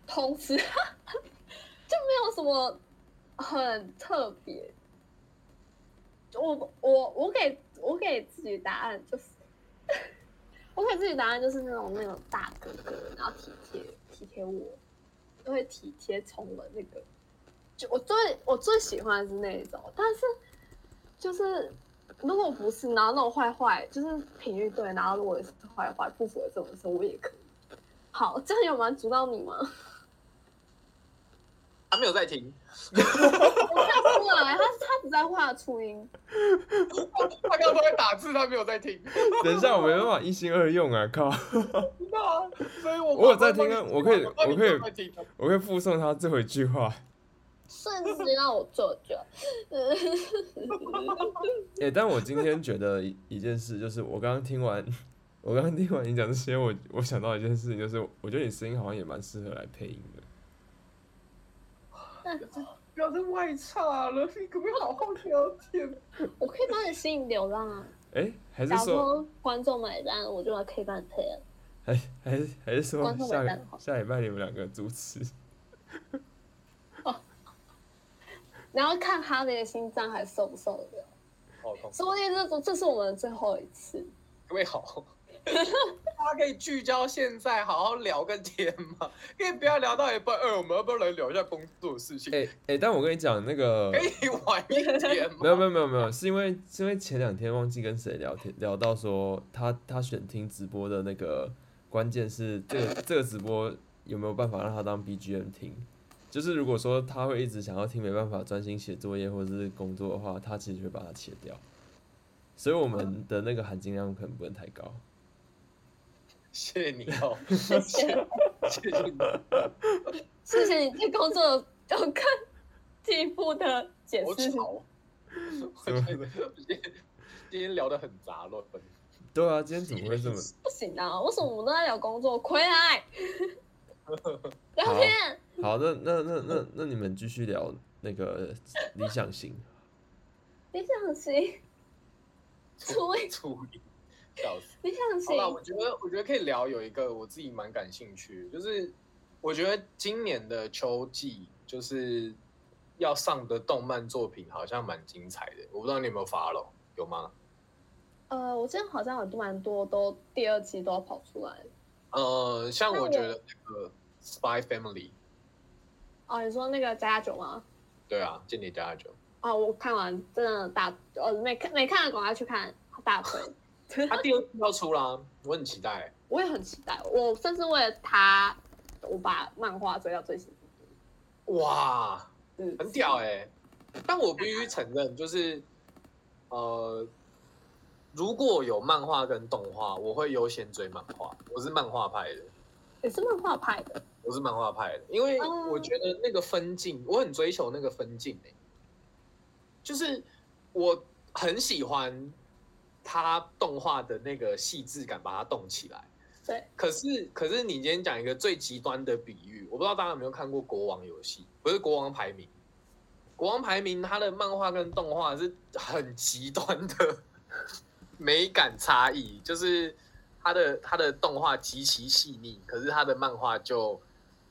[SPEAKER 3] 同时 [laughs] 就没有什么很特别，我我我给我给自己答案就是， [laughs] 我给自己答案就是那种那种大哥哥，然后体贴体贴我，都会体贴宠我那个。就我最我最喜欢的是那一种，但是就是如果不是，然后那种坏坏，就是频率对，然后如果是坏坏不符合这种的时候，我也可以。好，这样有满足到你吗？ [laughs]
[SPEAKER 1] 他没有在听，
[SPEAKER 3] 我看出来，他他只在画初音。
[SPEAKER 1] 他刚刚都在打字，他没有在听，
[SPEAKER 2] [laughs] 等一下，我没办法一心二用啊！靠，
[SPEAKER 1] 知道啊？所以我
[SPEAKER 2] 我有在听啊
[SPEAKER 1] 帮你
[SPEAKER 2] 我可以
[SPEAKER 1] 帮你
[SPEAKER 2] 我可以
[SPEAKER 1] 在听啊
[SPEAKER 2] 我会附送他最后一句话。
[SPEAKER 3] 顺势让我做就，
[SPEAKER 2] 哎、但我今天觉得一一件事，就是我刚刚听完，我刚刚听完你讲这些，我我想到一件事情，就是我觉得你声音好像也蛮适合来配音的。
[SPEAKER 1] 不要再外差了，你可不可以好好聊天？
[SPEAKER 3] 我可以帮你吸引流浪啊！
[SPEAKER 2] 哎、还是
[SPEAKER 3] 假如
[SPEAKER 2] 说，
[SPEAKER 3] 说观众买单，我就可以帮你配了。
[SPEAKER 2] 还还是还是说
[SPEAKER 3] 观众
[SPEAKER 2] 下
[SPEAKER 3] 买
[SPEAKER 2] 礼
[SPEAKER 3] 单好
[SPEAKER 2] 下礼拜你们两个主持？
[SPEAKER 3] 然后看他那个心脏还受不受得了，
[SPEAKER 1] 哦好痛，
[SPEAKER 3] 说不定这这是我们最后一次。
[SPEAKER 1] 各位好。大家可以聚焦现在，好好聊个天嘛，可以不要聊到一半。哎、我们要不要来聊一下工作的事情？
[SPEAKER 2] [laughs] 哎、哎、但我跟你讲，
[SPEAKER 1] [laughs]
[SPEAKER 2] 那个
[SPEAKER 1] 可以晚一点吗？
[SPEAKER 2] 呃没有没有没有没有，是因为是因为前两天忘记跟谁聊天，聊到说他他选听直播的那个关键是这个这个直播有没有办法让他当 BGM 听？就是如果说他会一直想要听，没办法专心写作业或者是工作的话，他其实会把它切掉。所以我们的那个含金量可能不能太高。
[SPEAKER 1] 谢谢你哦，
[SPEAKER 3] 谢谢，
[SPEAKER 1] 谢谢你。
[SPEAKER 3] 谢谢你对工作有更进一步的解
[SPEAKER 1] 好
[SPEAKER 3] 释。
[SPEAKER 1] 吵，哦 [laughs] 我觉得今天今天聊得很杂乱。
[SPEAKER 2] 对啊，今天怎么会这么？
[SPEAKER 3] 不行啊，为什么我们都在聊工作？
[SPEAKER 1] [laughs]
[SPEAKER 3] 回来聊天。
[SPEAKER 2] 好，那那那那那你们继续聊那个理想型。
[SPEAKER 3] 理想型，初音，
[SPEAKER 1] 处理，笑死。
[SPEAKER 3] 理想
[SPEAKER 1] 好
[SPEAKER 3] 型
[SPEAKER 1] 了，我觉得我觉得可以聊有一个我自己蛮感兴趣的，就是我觉得今年的秋季就是要上的动漫作品好像蛮精彩的，我不知道你有没有发了，有吗？
[SPEAKER 3] 呃，我之前好像有蛮多都第二季都要跑出来了
[SPEAKER 1] 呃，像
[SPEAKER 3] 那
[SPEAKER 1] 我
[SPEAKER 3] 我
[SPEAKER 1] 觉得那个《Spy Family》，
[SPEAKER 3] 哦。你说那个加加九吗？
[SPEAKER 1] 对啊，《间谍家酒
[SPEAKER 3] 哦，我看完真的大，呃，没看没看的赶快去看，大
[SPEAKER 1] [laughs]
[SPEAKER 3] 推。》，啊
[SPEAKER 1] 它第二季要出啦，我很期待。
[SPEAKER 3] 我也很期待，我甚至为了他，我把漫画追到最新。
[SPEAKER 1] 哇，
[SPEAKER 3] 嗯，
[SPEAKER 1] 很屌哎、但我必须承认，就是呃，如果有漫画跟动画，我会优先追漫画。我是漫画派的，
[SPEAKER 3] 也是漫画派的。
[SPEAKER 1] 我是漫画派的，因为
[SPEAKER 3] 哦
[SPEAKER 1] 我觉得那个分镜，我很追求那个分镜哎、就是我很喜欢它动画的那个细致感，把它动起来。
[SPEAKER 3] 对，
[SPEAKER 1] 可是，可是你今天讲一个最极端的比喻，我不知道大家有没有看过《国王游戏》，不是《国王排名》，《国王排名》它的漫画跟动画是很极端的 [laughs] 美感差异，就是它的它的动画极其细腻，可是它的漫画就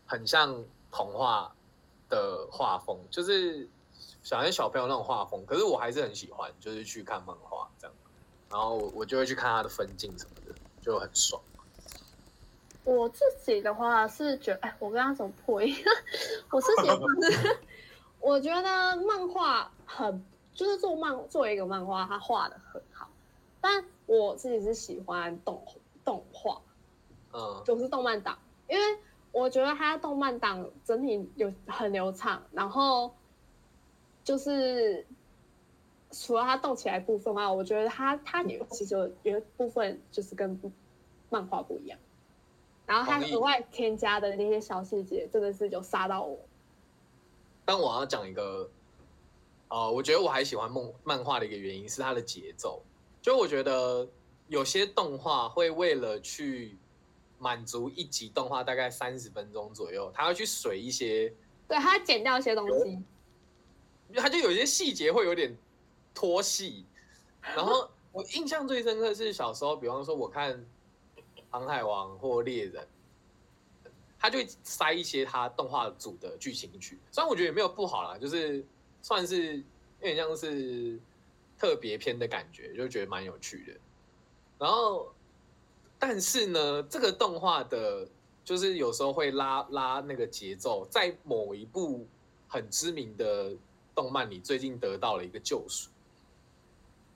[SPEAKER 1] 很像童话的画风，就是小像小朋友那种画风，可是我还是很喜欢，就是去看漫画这样，然后我我就会去看它的分镜什么的，就很爽。
[SPEAKER 3] 我自己的话是觉得，哎，我刚刚怎么破音？ [laughs] 我自己的话是，我觉得漫画很，就是做漫作为一个漫画，他画的很好，但我自己是喜欢动动画，
[SPEAKER 1] 嗯
[SPEAKER 3] 就是动漫党，因为我觉得它动漫党整体有很流畅，然后就是除了它动起来部分啊，我觉得它它有其实有有一部分就是跟漫画不一样，然后它
[SPEAKER 1] 同意
[SPEAKER 3] 额外添加的那些小细节真的是有杀到我。，
[SPEAKER 1] 但我要讲一个，呃，我觉得我还喜欢梦漫画的一个原因是它的节奏，就我觉得有些动画会为了去满足一集动画大概三十分钟左右，它要去水一些，
[SPEAKER 3] 对，它剪掉一些东西，
[SPEAKER 1] 嗯它就有一些细节会有点拖戏。然后我印象最深刻是小时候，比方说我看《航海王》或《猎人》。他就会塞一些他动画组的剧情进去，虽然我觉得也没有不好啦，就是算是有点像是特别篇的感觉，就觉得蛮有趣的。然后，但是呢，这个动画的，就是有时候会拉拉那个节奏，在某一部很知名的动漫里，最近得到了一个救赎，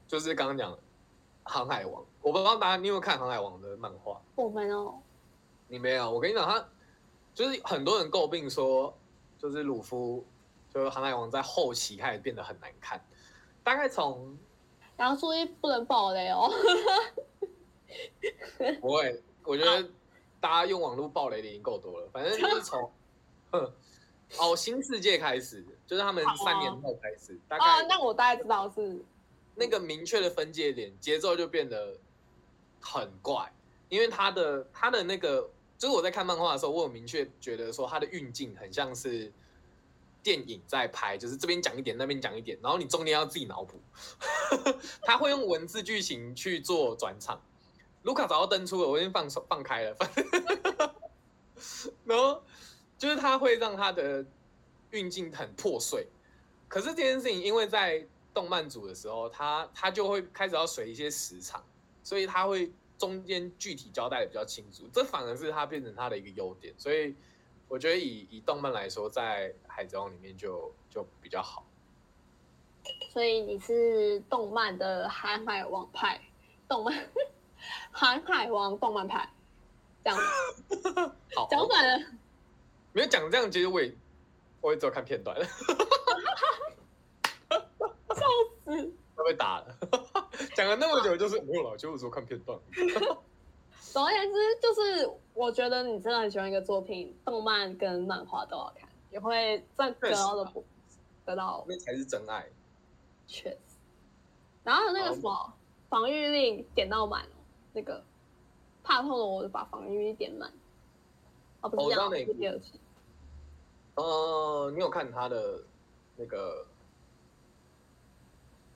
[SPEAKER 1] 就是刚刚讲的《航海王》。我不知道大家你有没有看《航海王》的漫画？
[SPEAKER 3] 我们哦，
[SPEAKER 1] 你没有？我跟你讲，他就是很多人诟病说，就是鲁夫，就是《航海王》在后期开始变得很难看，大概从
[SPEAKER 3] 然后注意不能爆雷哦。
[SPEAKER 1] 不会，我觉得大家用网络暴雷的已经够多了。反正就是从哼哦新世界开始，就是他们三年后开始，大
[SPEAKER 3] [laughs] 哦，
[SPEAKER 1] 概
[SPEAKER 3] 那我大概知道是
[SPEAKER 1] 那个明确的分界点，节奏就变得很怪，因为他的他的那个，就是我在看漫画的时候，我有明确觉得说他的运镜很像是。电影在拍，就是这边讲一点，那边讲一点，然后你中间要自己脑补。 [laughs] 他会用文字剧情去做转场，卢卡早就登出了，我已经放手放开了， [laughs] 反正然后就是他会让他的运镜很破碎。可是这件事情，因为在动漫组的时候，他他就会开始要水一些时长，所以他会中间具体交代的比较清楚，这反而是他变成他的一个优点。所以我觉得以以动漫来说，在《海贼王》里面就就比较好。
[SPEAKER 3] 所以你是动漫的航海王派，动漫航海王动漫派，
[SPEAKER 1] [laughs]
[SPEAKER 3] 这样子
[SPEAKER 1] 好，
[SPEAKER 3] 讲反了。
[SPEAKER 1] 没有讲这样，其实我也我也只有看片段了，
[SPEAKER 3] 嗯，
[SPEAKER 1] 会被打了。 [laughs] 讲了那么久，就是没有了，就我只有看片段。
[SPEAKER 3] 总而言之，就是我觉得你真的很喜欢一个作品，动漫跟漫画都要看，也会在得到
[SPEAKER 1] 啊
[SPEAKER 3] 的补得到
[SPEAKER 1] 那才是真爱。
[SPEAKER 3] 确实。然后那个什么防御力点到满哦，那个怕痛的我就把防御力点满。哦，不
[SPEAKER 1] 哦
[SPEAKER 3] 是
[SPEAKER 1] 我知道
[SPEAKER 3] 这样，
[SPEAKER 1] 哪一
[SPEAKER 3] 是
[SPEAKER 1] 部
[SPEAKER 3] 第二集。
[SPEAKER 1] 呃，你有看他的那个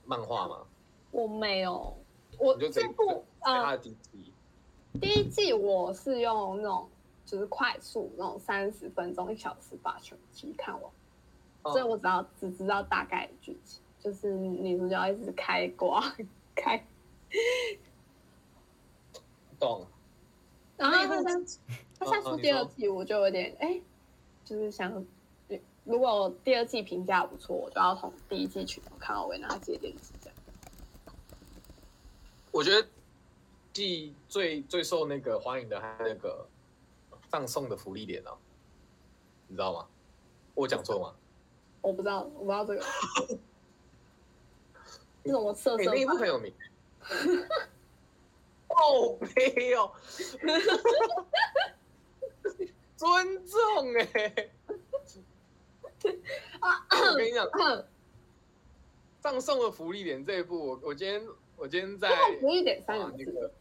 [SPEAKER 1] 漫画吗？
[SPEAKER 3] 我没有，我
[SPEAKER 1] 你就直
[SPEAKER 3] 这
[SPEAKER 1] 接
[SPEAKER 3] 部
[SPEAKER 1] 在
[SPEAKER 3] 呃
[SPEAKER 1] 他的第一
[SPEAKER 3] 第一季我是用那种就是快速那种三十分钟一小时把全部集看完，所以
[SPEAKER 1] 哦，
[SPEAKER 3] 我只要只知道大概的剧情，就是女主角一直开挂开，
[SPEAKER 1] 懂。
[SPEAKER 3] [laughs] 然后
[SPEAKER 1] 那
[SPEAKER 3] 她
[SPEAKER 1] 一部
[SPEAKER 3] 三她
[SPEAKER 1] 哦
[SPEAKER 3] 三
[SPEAKER 1] 哦
[SPEAKER 3] 出
[SPEAKER 1] 你
[SPEAKER 3] 第二
[SPEAKER 1] 说
[SPEAKER 3] 季我就有点哎、就是想如果第二季评价不错，我就要从第一季全部看到尾，然后接电视这样。
[SPEAKER 1] 我觉得继最最受那个欢迎的还有那个葬送的福利脸啊，你知道吗？我讲错吗？
[SPEAKER 3] 我不知道，我不知道这个。
[SPEAKER 1] [laughs]
[SPEAKER 3] 这种色
[SPEAKER 1] 哎、
[SPEAKER 3] 色
[SPEAKER 1] 那
[SPEAKER 3] [laughs]
[SPEAKER 1] 一部很有名。哦，没有， [laughs] 尊重哎、
[SPEAKER 3] [laughs] 啊，
[SPEAKER 1] 我跟你讲，
[SPEAKER 3] 嗯，
[SPEAKER 1] 葬送的福利点这一部，我我今天我今天在
[SPEAKER 3] 这种不一点三
[SPEAKER 1] 滑
[SPEAKER 3] 个
[SPEAKER 1] 那
[SPEAKER 3] 字。
[SPEAKER 1] 个，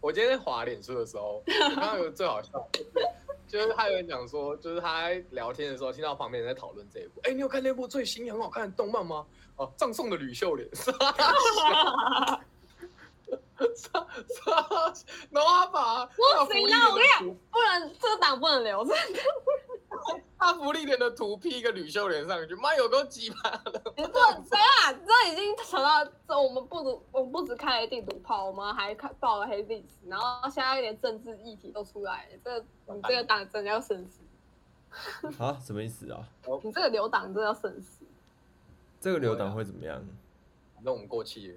[SPEAKER 1] 我今天在滑脸书的时候，然后有最好笑的就是，就是还有人讲说，就是他在聊天的时候听到旁边人在讨论这一部，哎、你有看那部最新很好看的动漫吗？哦、葬送的吕秀莲，是啊，是啊是啊然后他把
[SPEAKER 3] 不行啊我跟你
[SPEAKER 1] 你讲，
[SPEAKER 3] 不然这个档不能留着。
[SPEAKER 1] 他福利点的图 P 一个吕秀莲上去，妈有够鸡巴的，
[SPEAKER 3] 你这谁啊？这已经扯到这，我们不止我们不止开了地图炮，我们还看爆了黑历史，然后现在连政治议题都出来了。这你这个党真的要深思，
[SPEAKER 2] 啊，什么意思啊？
[SPEAKER 3] 你这个留党真的要深思。
[SPEAKER 2] 这个留档会怎么样？
[SPEAKER 1] 那我们过气了。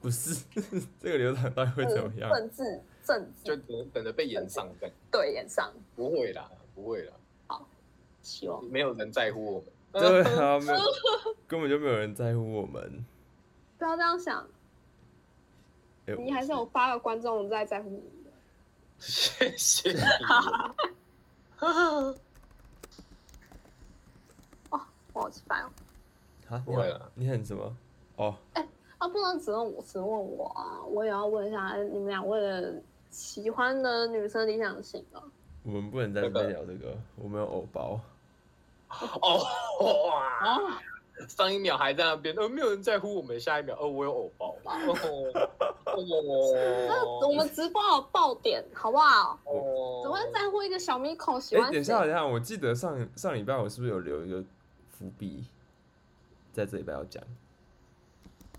[SPEAKER 2] 不是， [laughs] 这个留档到底会怎么样？
[SPEAKER 3] 政治政
[SPEAKER 1] 就
[SPEAKER 3] 治
[SPEAKER 1] 等着等着被延上这样。
[SPEAKER 3] 对眼上，
[SPEAKER 1] 不会啦，不会啦，
[SPEAKER 3] 希望
[SPEAKER 1] 没有人在乎我们。
[SPEAKER 2] 对啊，没有，根本就没有人在乎我们。
[SPEAKER 3] 不要这样想，
[SPEAKER 2] 哎
[SPEAKER 3] 你还是有八个观众在在乎你的。
[SPEAKER 1] 谢谢你。
[SPEAKER 3] 我好奇怪哦！
[SPEAKER 2] 啊，
[SPEAKER 1] 不
[SPEAKER 2] 你
[SPEAKER 1] 会
[SPEAKER 2] 很
[SPEAKER 1] 啦
[SPEAKER 2] 你很什么？哦，
[SPEAKER 3] 啊，不能只问我，只问我啊！我也要问一下你们两位的喜欢的女生理想型啊。
[SPEAKER 2] 我们不能在这边聊这个，我们有偶包。
[SPEAKER 1] 哦哇！
[SPEAKER 3] 啊，
[SPEAKER 1] 上一秒还在那边，呃，没有人在乎我们，下一秒，哦，我有偶包。哦
[SPEAKER 3] 那我
[SPEAKER 1] 哦
[SPEAKER 3] 们直播好爆点，好不好？
[SPEAKER 1] 哦
[SPEAKER 3] 怎么会在乎一个小米孔喜
[SPEAKER 2] 哎、
[SPEAKER 3] 欢
[SPEAKER 2] 等
[SPEAKER 3] 谁？
[SPEAKER 2] 一下，等一下，我记得上上礼拜我是不是有留一个伏笔？在这里不要讲。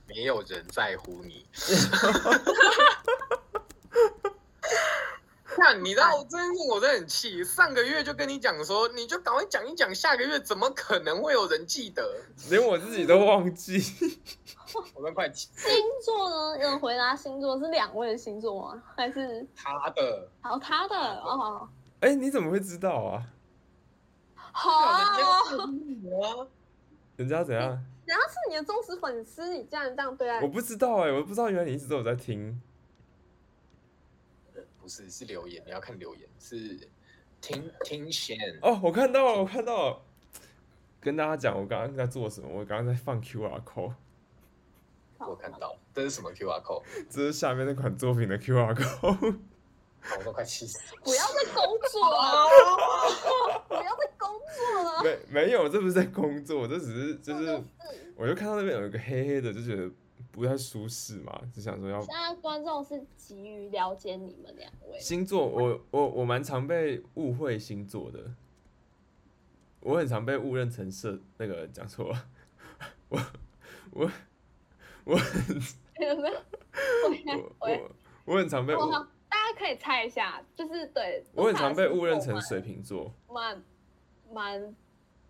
[SPEAKER 1] 没有人在乎你。那你知道，真是我真的很气。上个月就跟你讲说，你就赶快讲一讲，下个月怎么可能会有人记得？
[SPEAKER 2] 连我自己都忘
[SPEAKER 3] [laughs]
[SPEAKER 2] 记。
[SPEAKER 1] 我们快气
[SPEAKER 3] 星座呢？有人回答星座是两位的星
[SPEAKER 2] [laughs]
[SPEAKER 3] 座吗？还是
[SPEAKER 1] 他的，
[SPEAKER 3] 好他的哦？
[SPEAKER 2] 哎、你怎么会知道啊？
[SPEAKER 3] 好
[SPEAKER 1] 人
[SPEAKER 3] 啊，
[SPEAKER 1] 家是你啊，
[SPEAKER 2] 人家怎样？
[SPEAKER 3] 人家是你的忠实粉丝，你竟然这样对待
[SPEAKER 2] 我不知道哎、我不知道原来你一直都有在听。
[SPEAKER 1] 不是是留言，你要看留言是听听贤
[SPEAKER 2] 哦，我看到了，我看到了。跟大家讲，我刚刚在做什么？我刚刚在放 QR code，
[SPEAKER 1] 我看到了这是什么 QR code，
[SPEAKER 2] 这是下面那款作品的 QR code。
[SPEAKER 1] 我都快气死了。
[SPEAKER 3] 不要再工作
[SPEAKER 2] 哦
[SPEAKER 3] 了， [laughs] 不要再工作了。
[SPEAKER 2] 没没有，这不是在工作，这只是就是，我就看到那边有一个黑黑的，就觉得不太舒适嘛，就想说要
[SPEAKER 3] 现在观众是急于了解你们两
[SPEAKER 2] [laughs]
[SPEAKER 3] 位，
[SPEAKER 2] 星座，我我我蛮常被误会星座的，我很常被误认成射那个讲错了，我我我很
[SPEAKER 3] [laughs]
[SPEAKER 2] 我
[SPEAKER 3] 喂
[SPEAKER 2] 我我很常被误
[SPEAKER 3] 我哦好，大家可以猜一下，就是对，
[SPEAKER 2] 我很常被误认
[SPEAKER 3] 通
[SPEAKER 2] 成
[SPEAKER 3] 常
[SPEAKER 2] 水瓶座。
[SPEAKER 3] 蛮蛮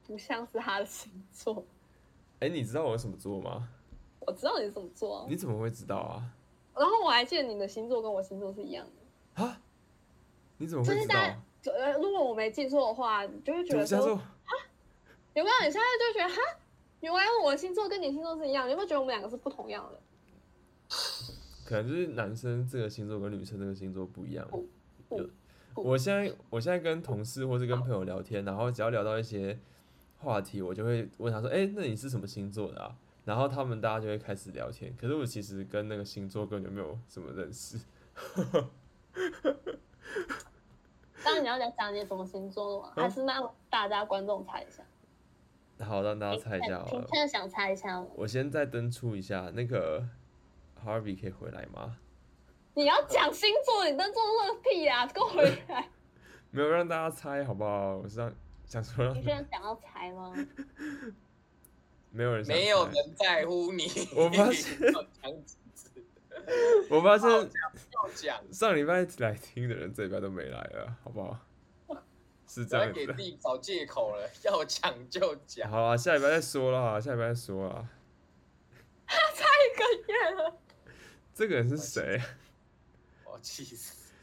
[SPEAKER 3] 不像是他的星座。
[SPEAKER 2] 哎、你知道我什么座吗？
[SPEAKER 3] 我知道你怎么做，
[SPEAKER 2] 你怎么会知道啊？
[SPEAKER 3] 然后我还记得你的星座跟我星座是一样的，
[SPEAKER 2] 啊？你怎么
[SPEAKER 3] 就
[SPEAKER 2] 会
[SPEAKER 3] 是
[SPEAKER 2] 知
[SPEAKER 3] 大
[SPEAKER 2] 道啊
[SPEAKER 3] 家？就呃，如果我没记错的话，你就会觉
[SPEAKER 2] 怎么
[SPEAKER 3] 得
[SPEAKER 2] 叫
[SPEAKER 3] 说，
[SPEAKER 2] 做？
[SPEAKER 3] 有没有？你现在就觉得哈，原来我的星座跟你星座是一样，你有没有觉得我们两个是不同样的？
[SPEAKER 2] 可能就是男生这个星座跟女生这个星座不一样
[SPEAKER 3] 不。不
[SPEAKER 2] 有
[SPEAKER 3] 不
[SPEAKER 2] 我现在我现在跟同事或是跟朋友聊天，然后只要聊到一些话题，我就会问他说：“哎、那你是什么星座的啊？”然后他们大家就会开始聊天。可是我其实跟那个星座根本就没有什么认识。
[SPEAKER 3] 当然你要讲你什么星座了吗？
[SPEAKER 2] 嗯
[SPEAKER 3] 还是让大家观众猜一下？
[SPEAKER 2] 好，让大家猜一下好
[SPEAKER 3] 你
[SPEAKER 2] 了。
[SPEAKER 3] 真的想猜一下吗？
[SPEAKER 2] 我先再登出一下那个 Harvey 可以回来吗？
[SPEAKER 3] 你要讲星座，你在做那个屁呀、啊！给我回
[SPEAKER 2] [laughs]
[SPEAKER 3] 来！
[SPEAKER 2] 没有让大家猜好不好？我是让想说让
[SPEAKER 3] 你居然想要猜吗？
[SPEAKER 2] 没有人想
[SPEAKER 1] 没有
[SPEAKER 2] 猜
[SPEAKER 1] 人在乎你，
[SPEAKER 2] 我发现
[SPEAKER 1] [laughs] 要讲几次
[SPEAKER 2] 我发现
[SPEAKER 1] 要讲，
[SPEAKER 2] 上礼拜来听的人，这礼拜都没来了，好不好？是
[SPEAKER 1] 不
[SPEAKER 2] 这
[SPEAKER 1] 要
[SPEAKER 2] 样
[SPEAKER 1] 给
[SPEAKER 2] 子
[SPEAKER 1] 自
[SPEAKER 2] 的。
[SPEAKER 1] 己找借口
[SPEAKER 2] [laughs]
[SPEAKER 1] 了，要讲就讲。
[SPEAKER 2] 好啊，下礼拜再说啦，下礼拜再说啦。
[SPEAKER 3] 一个月了，
[SPEAKER 2] 这个人是谁？
[SPEAKER 1] 我哦气死！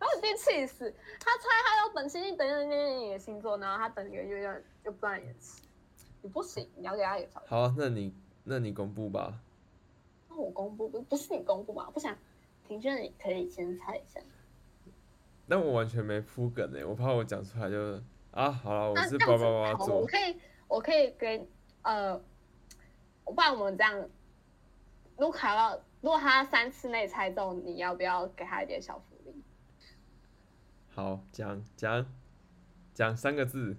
[SPEAKER 3] 然后你被气死。他猜他要等星星，等等等等你的星座，然后他等一个月又又不让你吃，你不行，你要给他一个小时。
[SPEAKER 2] 好啊，那你那你公布吧。
[SPEAKER 3] 那我公布不不是你公布嘛？我不想，庭轩你可以先猜一下。
[SPEAKER 2] 但我完全没铺梗诶、我怕我讲出来就啊，好了，我
[SPEAKER 3] 那
[SPEAKER 2] 是
[SPEAKER 3] 这
[SPEAKER 2] 八八
[SPEAKER 3] 样子
[SPEAKER 2] 八
[SPEAKER 3] 好我
[SPEAKER 2] 座。
[SPEAKER 3] 可以，我可以跟呃，不然我们这样，如果卡到，如果他三次内猜中，你要不要给他一点小福利？
[SPEAKER 2] 好，讲讲讲三个字，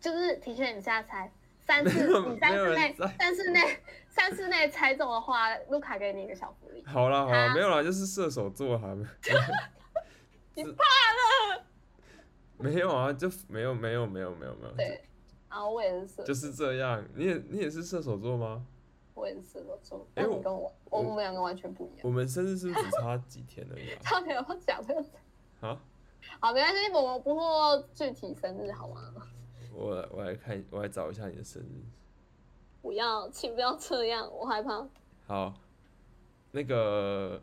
[SPEAKER 3] 就是提醒你下猜三
[SPEAKER 2] 没
[SPEAKER 3] 次，
[SPEAKER 2] 有
[SPEAKER 3] 你三
[SPEAKER 2] 没有
[SPEAKER 3] 次
[SPEAKER 2] 人
[SPEAKER 3] 内
[SPEAKER 2] 猜
[SPEAKER 3] 三次内三次内猜中的话，卢卡给你一个小福利。
[SPEAKER 2] 好啦好啦，
[SPEAKER 3] 啊
[SPEAKER 2] 没有啦，就是射手座哈。 [laughs] 你怕了？没有啊，就没有没有没有没有没有，
[SPEAKER 3] 对，然后我也是射，
[SPEAKER 2] 就就是这样。你也你也是射手座吗？
[SPEAKER 3] 我也是射手座，
[SPEAKER 2] 哎
[SPEAKER 3] 但
[SPEAKER 2] 我
[SPEAKER 3] 你跟我，我
[SPEAKER 2] 我
[SPEAKER 3] 们两个完全不一样。 [laughs]
[SPEAKER 2] 我们生日是不是只差几天而已啊？ [laughs]
[SPEAKER 3] 差点要讲这个，
[SPEAKER 2] 啊，
[SPEAKER 3] 好，没关系，我们不过具体生日好吗？
[SPEAKER 2] 我来我来看，我来找一下你的生日。
[SPEAKER 3] 不要，请不要这样，我害怕。
[SPEAKER 2] 好，那个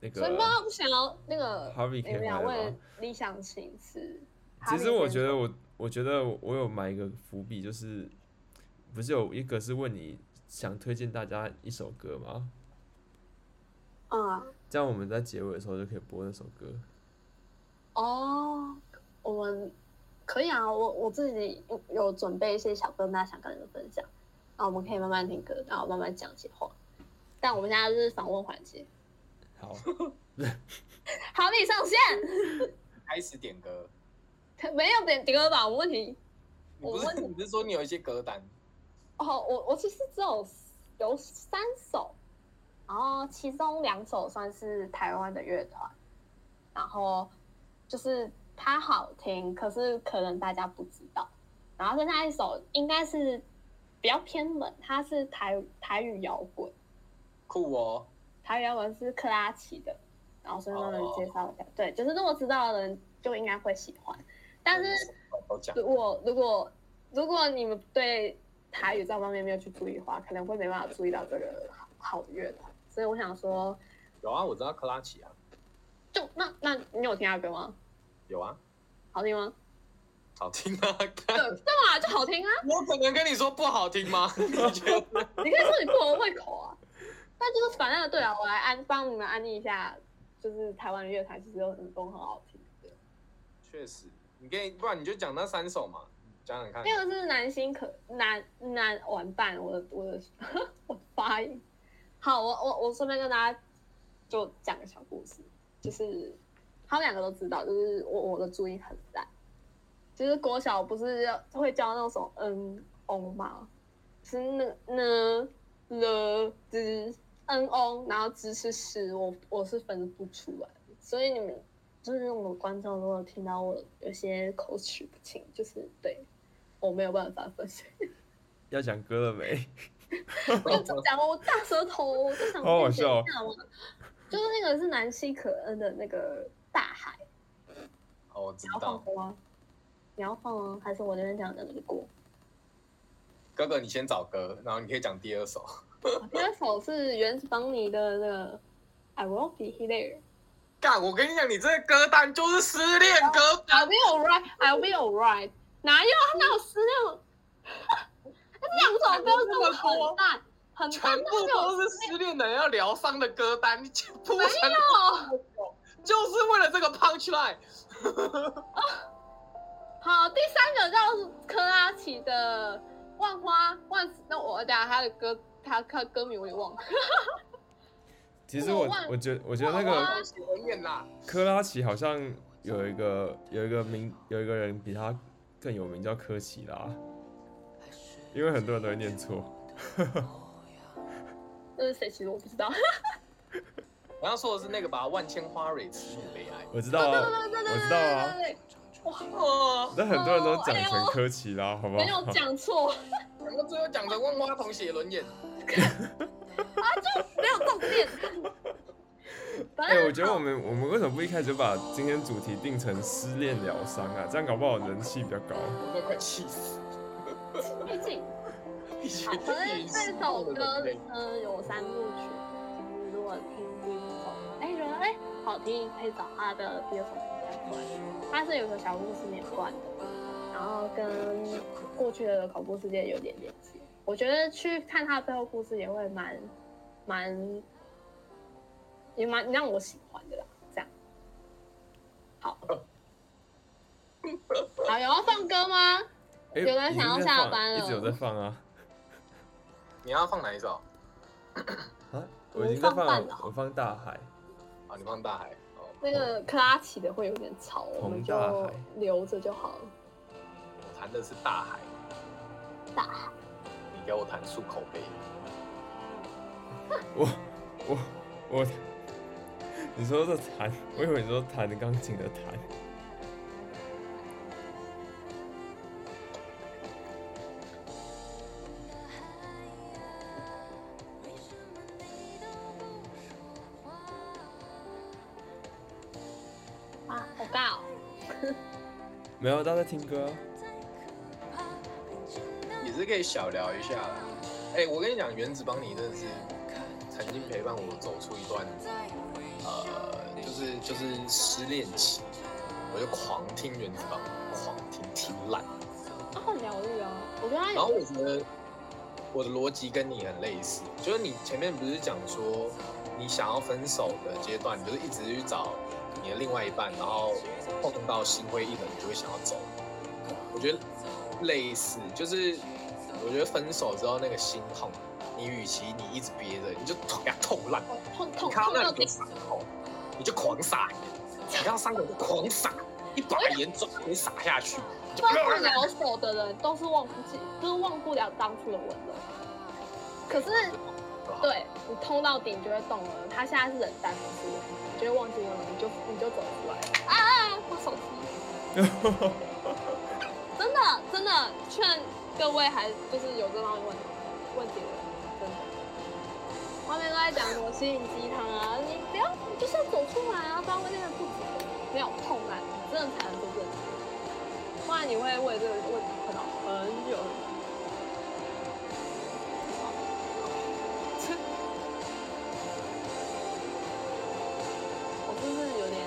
[SPEAKER 2] 那
[SPEAKER 3] 所以妈
[SPEAKER 2] 个，
[SPEAKER 3] 妈不想要那个
[SPEAKER 2] 啊 Harvey
[SPEAKER 3] 你
[SPEAKER 2] 可以
[SPEAKER 3] 们两
[SPEAKER 2] 回来
[SPEAKER 3] 位
[SPEAKER 2] 吗
[SPEAKER 3] 理想型是 Harvey
[SPEAKER 2] 其
[SPEAKER 3] 先生？
[SPEAKER 2] 实我觉得我我觉得我有埋一个伏笔，就是不是有一个是问你想推荐大家一首歌吗？
[SPEAKER 3] 啊、
[SPEAKER 2] 这样我们在结尾的时候就可以播那首歌。
[SPEAKER 3] 哦，我们可以啊，我我自己有有准备一些小歌，大家想跟你们分享，然后我们可以慢慢听歌，然后慢慢讲一些话。但我们现在是访问环节，
[SPEAKER 2] 好，
[SPEAKER 3] 好，你上线，
[SPEAKER 1] 开始点歌，
[SPEAKER 3] 没有点点歌吧？我问题，
[SPEAKER 1] 你不
[SPEAKER 3] 我
[SPEAKER 1] 是
[SPEAKER 3] 问你
[SPEAKER 1] 你不是说你有一些歌单？
[SPEAKER 3] 哦，我我其实只有有三首，然后其中两首算是台湾的乐团，然后就是它好听，可是可能大家不知道，然后跟他一首应该是比较偏门，它是台台语摇滚，
[SPEAKER 1] 酷哦，
[SPEAKER 3] 台语摇滚是克拉奇的，然后顺便帮人介绍一下。对，就是如果知道的人就应该会喜欢，但是
[SPEAKER 1] 好讲
[SPEAKER 3] 如果如果如果你们对台语这方面没有去注意的话，可能会没办法注意到这个好好乐团。所以我想说，
[SPEAKER 1] 有啊，我知道克拉奇啊，
[SPEAKER 3] 就那那你有听他歌吗？
[SPEAKER 1] 有啊，
[SPEAKER 3] 好听吗？
[SPEAKER 1] 好听啊，
[SPEAKER 3] 对，
[SPEAKER 1] 看
[SPEAKER 3] 对嘛，就好听啊！
[SPEAKER 1] [laughs] 我可能跟你说不好听
[SPEAKER 3] [laughs]
[SPEAKER 1] 吗？你觉得
[SPEAKER 3] 你可以说你不合胃口啊，但就是反正对啊，我来安帮你们安利一下，就是台湾的乐坛其实有很多很好听的，
[SPEAKER 1] 确实，你跟你不然你就讲那三首嘛，讲讲看。
[SPEAKER 3] 那个是南星可南南玩伴，我的我的 [laughs] 我的发音。好，我我我顺便跟大家就讲个小故事，就是他们两个都知道，就是我我的注音很烂，就是国小不是会教那种嗯嗡吗？是那呢了之嗯嗡，然后之是是，我我是分不出来的，所以你们就是我们观众如果听到我有些口齿不清，就是对我没有办法
[SPEAKER 1] [laughs]
[SPEAKER 3] 分析，
[SPEAKER 2] 要讲歌了
[SPEAKER 3] [laughs]
[SPEAKER 2] 没？
[SPEAKER 3] 我就讲我大舌头，我就想
[SPEAKER 2] 好好笑哦
[SPEAKER 3] 变成这样嘛就是那个是南希可恩的那个大海，
[SPEAKER 1] 哦，我知
[SPEAKER 3] 你要放
[SPEAKER 1] 道，
[SPEAKER 3] 歌吗？你要放吗？还是我那边讲的那个歌？
[SPEAKER 1] 哥哥你先找歌，然后你可以讲第二首。
[SPEAKER 3] 第二首是原子邦尼的那个 I Will Be Here。
[SPEAKER 1] [laughs] 干，我跟你讲，你这个歌单就是失恋歌
[SPEAKER 3] I'll be alright, I'll be alright。哪有啊哪有失 [laughs] 恋？这两首歌真的很烂，很
[SPEAKER 1] 全
[SPEAKER 3] 烂，
[SPEAKER 1] 部都是失恋的人要疗伤的歌单，你全部
[SPEAKER 3] 没
[SPEAKER 1] 成
[SPEAKER 3] 有。
[SPEAKER 1] 就是为了这个 punch line。
[SPEAKER 3] 好，第三个叫科拉奇的《万花万》，那我等下他的歌，他他歌名我也忘了。
[SPEAKER 2] 其实我
[SPEAKER 3] 我忘
[SPEAKER 2] 我觉我觉得那
[SPEAKER 3] 我忘
[SPEAKER 2] 个
[SPEAKER 3] 了
[SPEAKER 1] 写文彦啦，
[SPEAKER 2] 科拉奇好像有一个有一个名有一个人比他更有名叫科奇拉，因为很多人都会念
[SPEAKER 3] [laughs]
[SPEAKER 2] 错。
[SPEAKER 3] 那是谁？其实我不知道。
[SPEAKER 1] 我要说的是那个吧，万千花蕊痴女悲哀。
[SPEAKER 2] 我知道啊，
[SPEAKER 3] 哦
[SPEAKER 2] 我知道啊，
[SPEAKER 3] 对，
[SPEAKER 1] 哦，
[SPEAKER 2] 但很多人都讲成科奇拉，好不
[SPEAKER 3] [laughs] 没有
[SPEAKER 2] 好？
[SPEAKER 3] 讲错，
[SPEAKER 1] 讲到最后讲成万花筒写轮眼，
[SPEAKER 3] 没有
[SPEAKER 2] [laughs]
[SPEAKER 3] 重点。反
[SPEAKER 2] 哎、
[SPEAKER 3] 正
[SPEAKER 2] 我觉得我们我们为什么不一开始就把今天主题定成失恋疗伤啊？这样搞不好人气比较高。
[SPEAKER 1] 我都快气死。
[SPEAKER 3] 毕竟
[SPEAKER 1] 以
[SPEAKER 3] 好，
[SPEAKER 1] 前
[SPEAKER 3] 反正这首歌
[SPEAKER 1] 对
[SPEAKER 3] 呢有三部曲，就是如果听第一首，哎觉得哎好听，可以找他的第二首来关。它是有个小故事连贯的，然后跟过去的恐怖事件有点联系。我觉得去看他的背后故事也会蛮蛮也蛮让我喜欢的啦。这样，好， [laughs] 好有要放歌吗？
[SPEAKER 2] 哎、
[SPEAKER 3] 有人
[SPEAKER 2] 已经
[SPEAKER 3] 想要
[SPEAKER 2] 在
[SPEAKER 3] 下
[SPEAKER 2] 放
[SPEAKER 3] 班
[SPEAKER 2] 一直有
[SPEAKER 3] 了
[SPEAKER 2] 在放啊
[SPEAKER 1] 你要放哪一首？
[SPEAKER 2] 啊！
[SPEAKER 3] 我
[SPEAKER 2] 我
[SPEAKER 3] 们
[SPEAKER 2] 已经在
[SPEAKER 3] 嗯放
[SPEAKER 2] 放
[SPEAKER 3] 半
[SPEAKER 2] 了
[SPEAKER 3] 了
[SPEAKER 2] 我放大海。
[SPEAKER 1] 啊，你放大海。哦，
[SPEAKER 3] 那个克拉奇的会有点吵，我们
[SPEAKER 2] 彭
[SPEAKER 3] 就
[SPEAKER 2] 大海
[SPEAKER 3] 留着就好了。
[SPEAKER 1] 我弹的是大海。
[SPEAKER 3] 大
[SPEAKER 1] 海。你给我弹漱口杯。
[SPEAKER 2] 我我我，你说这弹，我以为你说弹钢琴的弹。
[SPEAKER 3] 啊，好尬哦！
[SPEAKER 2] 没有，大家在听歌啊、
[SPEAKER 1] 也是可以小聊一下啦。哎、我跟你讲，原子邦尼真的是曾经陪伴我走出一段，呃，就是就是失恋期，我就狂听原子邦尼，狂听听烂。
[SPEAKER 3] 他很疗愈啊，我觉得他
[SPEAKER 1] 然后
[SPEAKER 3] 有
[SPEAKER 1] 我觉得我的逻辑跟你很类似，就是你前面不是讲说你想要分手的阶段，你就是一直去找你的另外一半，然后碰到心灰意冷，你就会想要走。我觉得类似，就是我觉得分手之后那个心痛，你与其你一直憋着，你就给它痛烂，
[SPEAKER 3] 痛
[SPEAKER 1] 你
[SPEAKER 3] 痛
[SPEAKER 1] 看到
[SPEAKER 3] 痛
[SPEAKER 1] 那
[SPEAKER 3] 到
[SPEAKER 1] 里有，
[SPEAKER 3] 底
[SPEAKER 1] 伤口，你就狂撒盐，你看到伤口就狂撒，一把盐抓给撒下去，就
[SPEAKER 3] 都是疗手的人都是忘不记，就是忘不了当初的我的。可是，对你痛到底，你就会懂了。他现在是冷淡的是你就会忘记我了，你就啊
[SPEAKER 2] 哦 [laughs]
[SPEAKER 3] 你就走出来啊！我手机，真的真真的劝各位还就是有这方面问问题的人，真的。外面都在讲什么吸引鸡汤啊，你不要，你就是要走出来啊，不然会变得不值得，没有痛感，你真的才能真正，不然你会为这个问题困扰很久。我是不是有点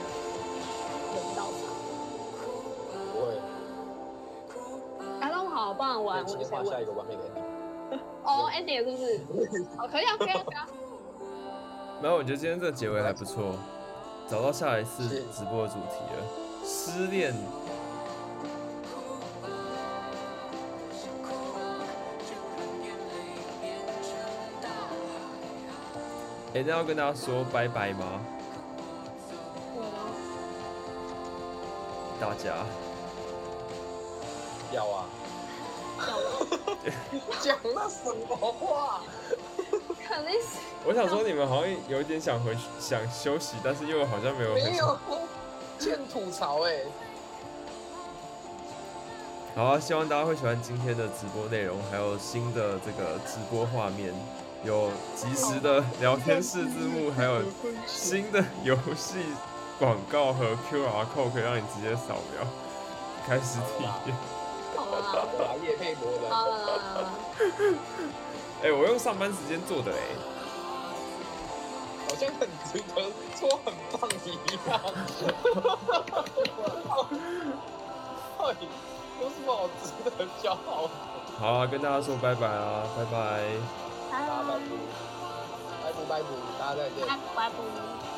[SPEAKER 3] 人到 [laughs] 场？
[SPEAKER 1] 不会，
[SPEAKER 3] 来弄好，不然
[SPEAKER 1] 可
[SPEAKER 3] 玩
[SPEAKER 1] 以
[SPEAKER 3] 我
[SPEAKER 1] 直接
[SPEAKER 3] 就
[SPEAKER 1] 画
[SPEAKER 3] 先
[SPEAKER 1] 下
[SPEAKER 3] 问
[SPEAKER 1] 一。个完美的 ending。
[SPEAKER 3] 哦，Andy 也是不是？哦，可以啊，可以啊，可以啊。
[SPEAKER 2] 然后我觉得今天这个结尾还不错，找到下一次
[SPEAKER 1] 是
[SPEAKER 2] 直播的主题了，失恋。哎、那要跟大家说拜拜吗？大家，
[SPEAKER 1] [laughs] 要啊， [laughs] 讲了什么话？
[SPEAKER 3] 肯定是
[SPEAKER 2] 我想说你们好像有一点想回去想休息，但是又好像没有很
[SPEAKER 1] 没
[SPEAKER 2] 想
[SPEAKER 1] 有， [laughs] 欠吐槽哎、
[SPEAKER 2] 好啊，希望大家会喜欢今天的直播内容，还有新的这个直播画面，有及时的聊天室字幕，还有新的游戏广告和 QR code 可以让你直接扫描，开始体验。
[SPEAKER 3] 好了啦，
[SPEAKER 1] 好啦，叶佩罗
[SPEAKER 3] 好
[SPEAKER 1] 的，
[SPEAKER 3] 了啦好了啦，
[SPEAKER 2] 哎、我用上班时间做的哎、
[SPEAKER 1] 好像很值得说很棒一样。 [laughs] 哎，有什么好值得骄傲的？
[SPEAKER 2] 好啊，跟大家说拜拜啊，拜拜。
[SPEAKER 1] 大家拜
[SPEAKER 3] 拜
[SPEAKER 1] 拜，拜不拜不，大家再见。
[SPEAKER 3] 拜，拜拜。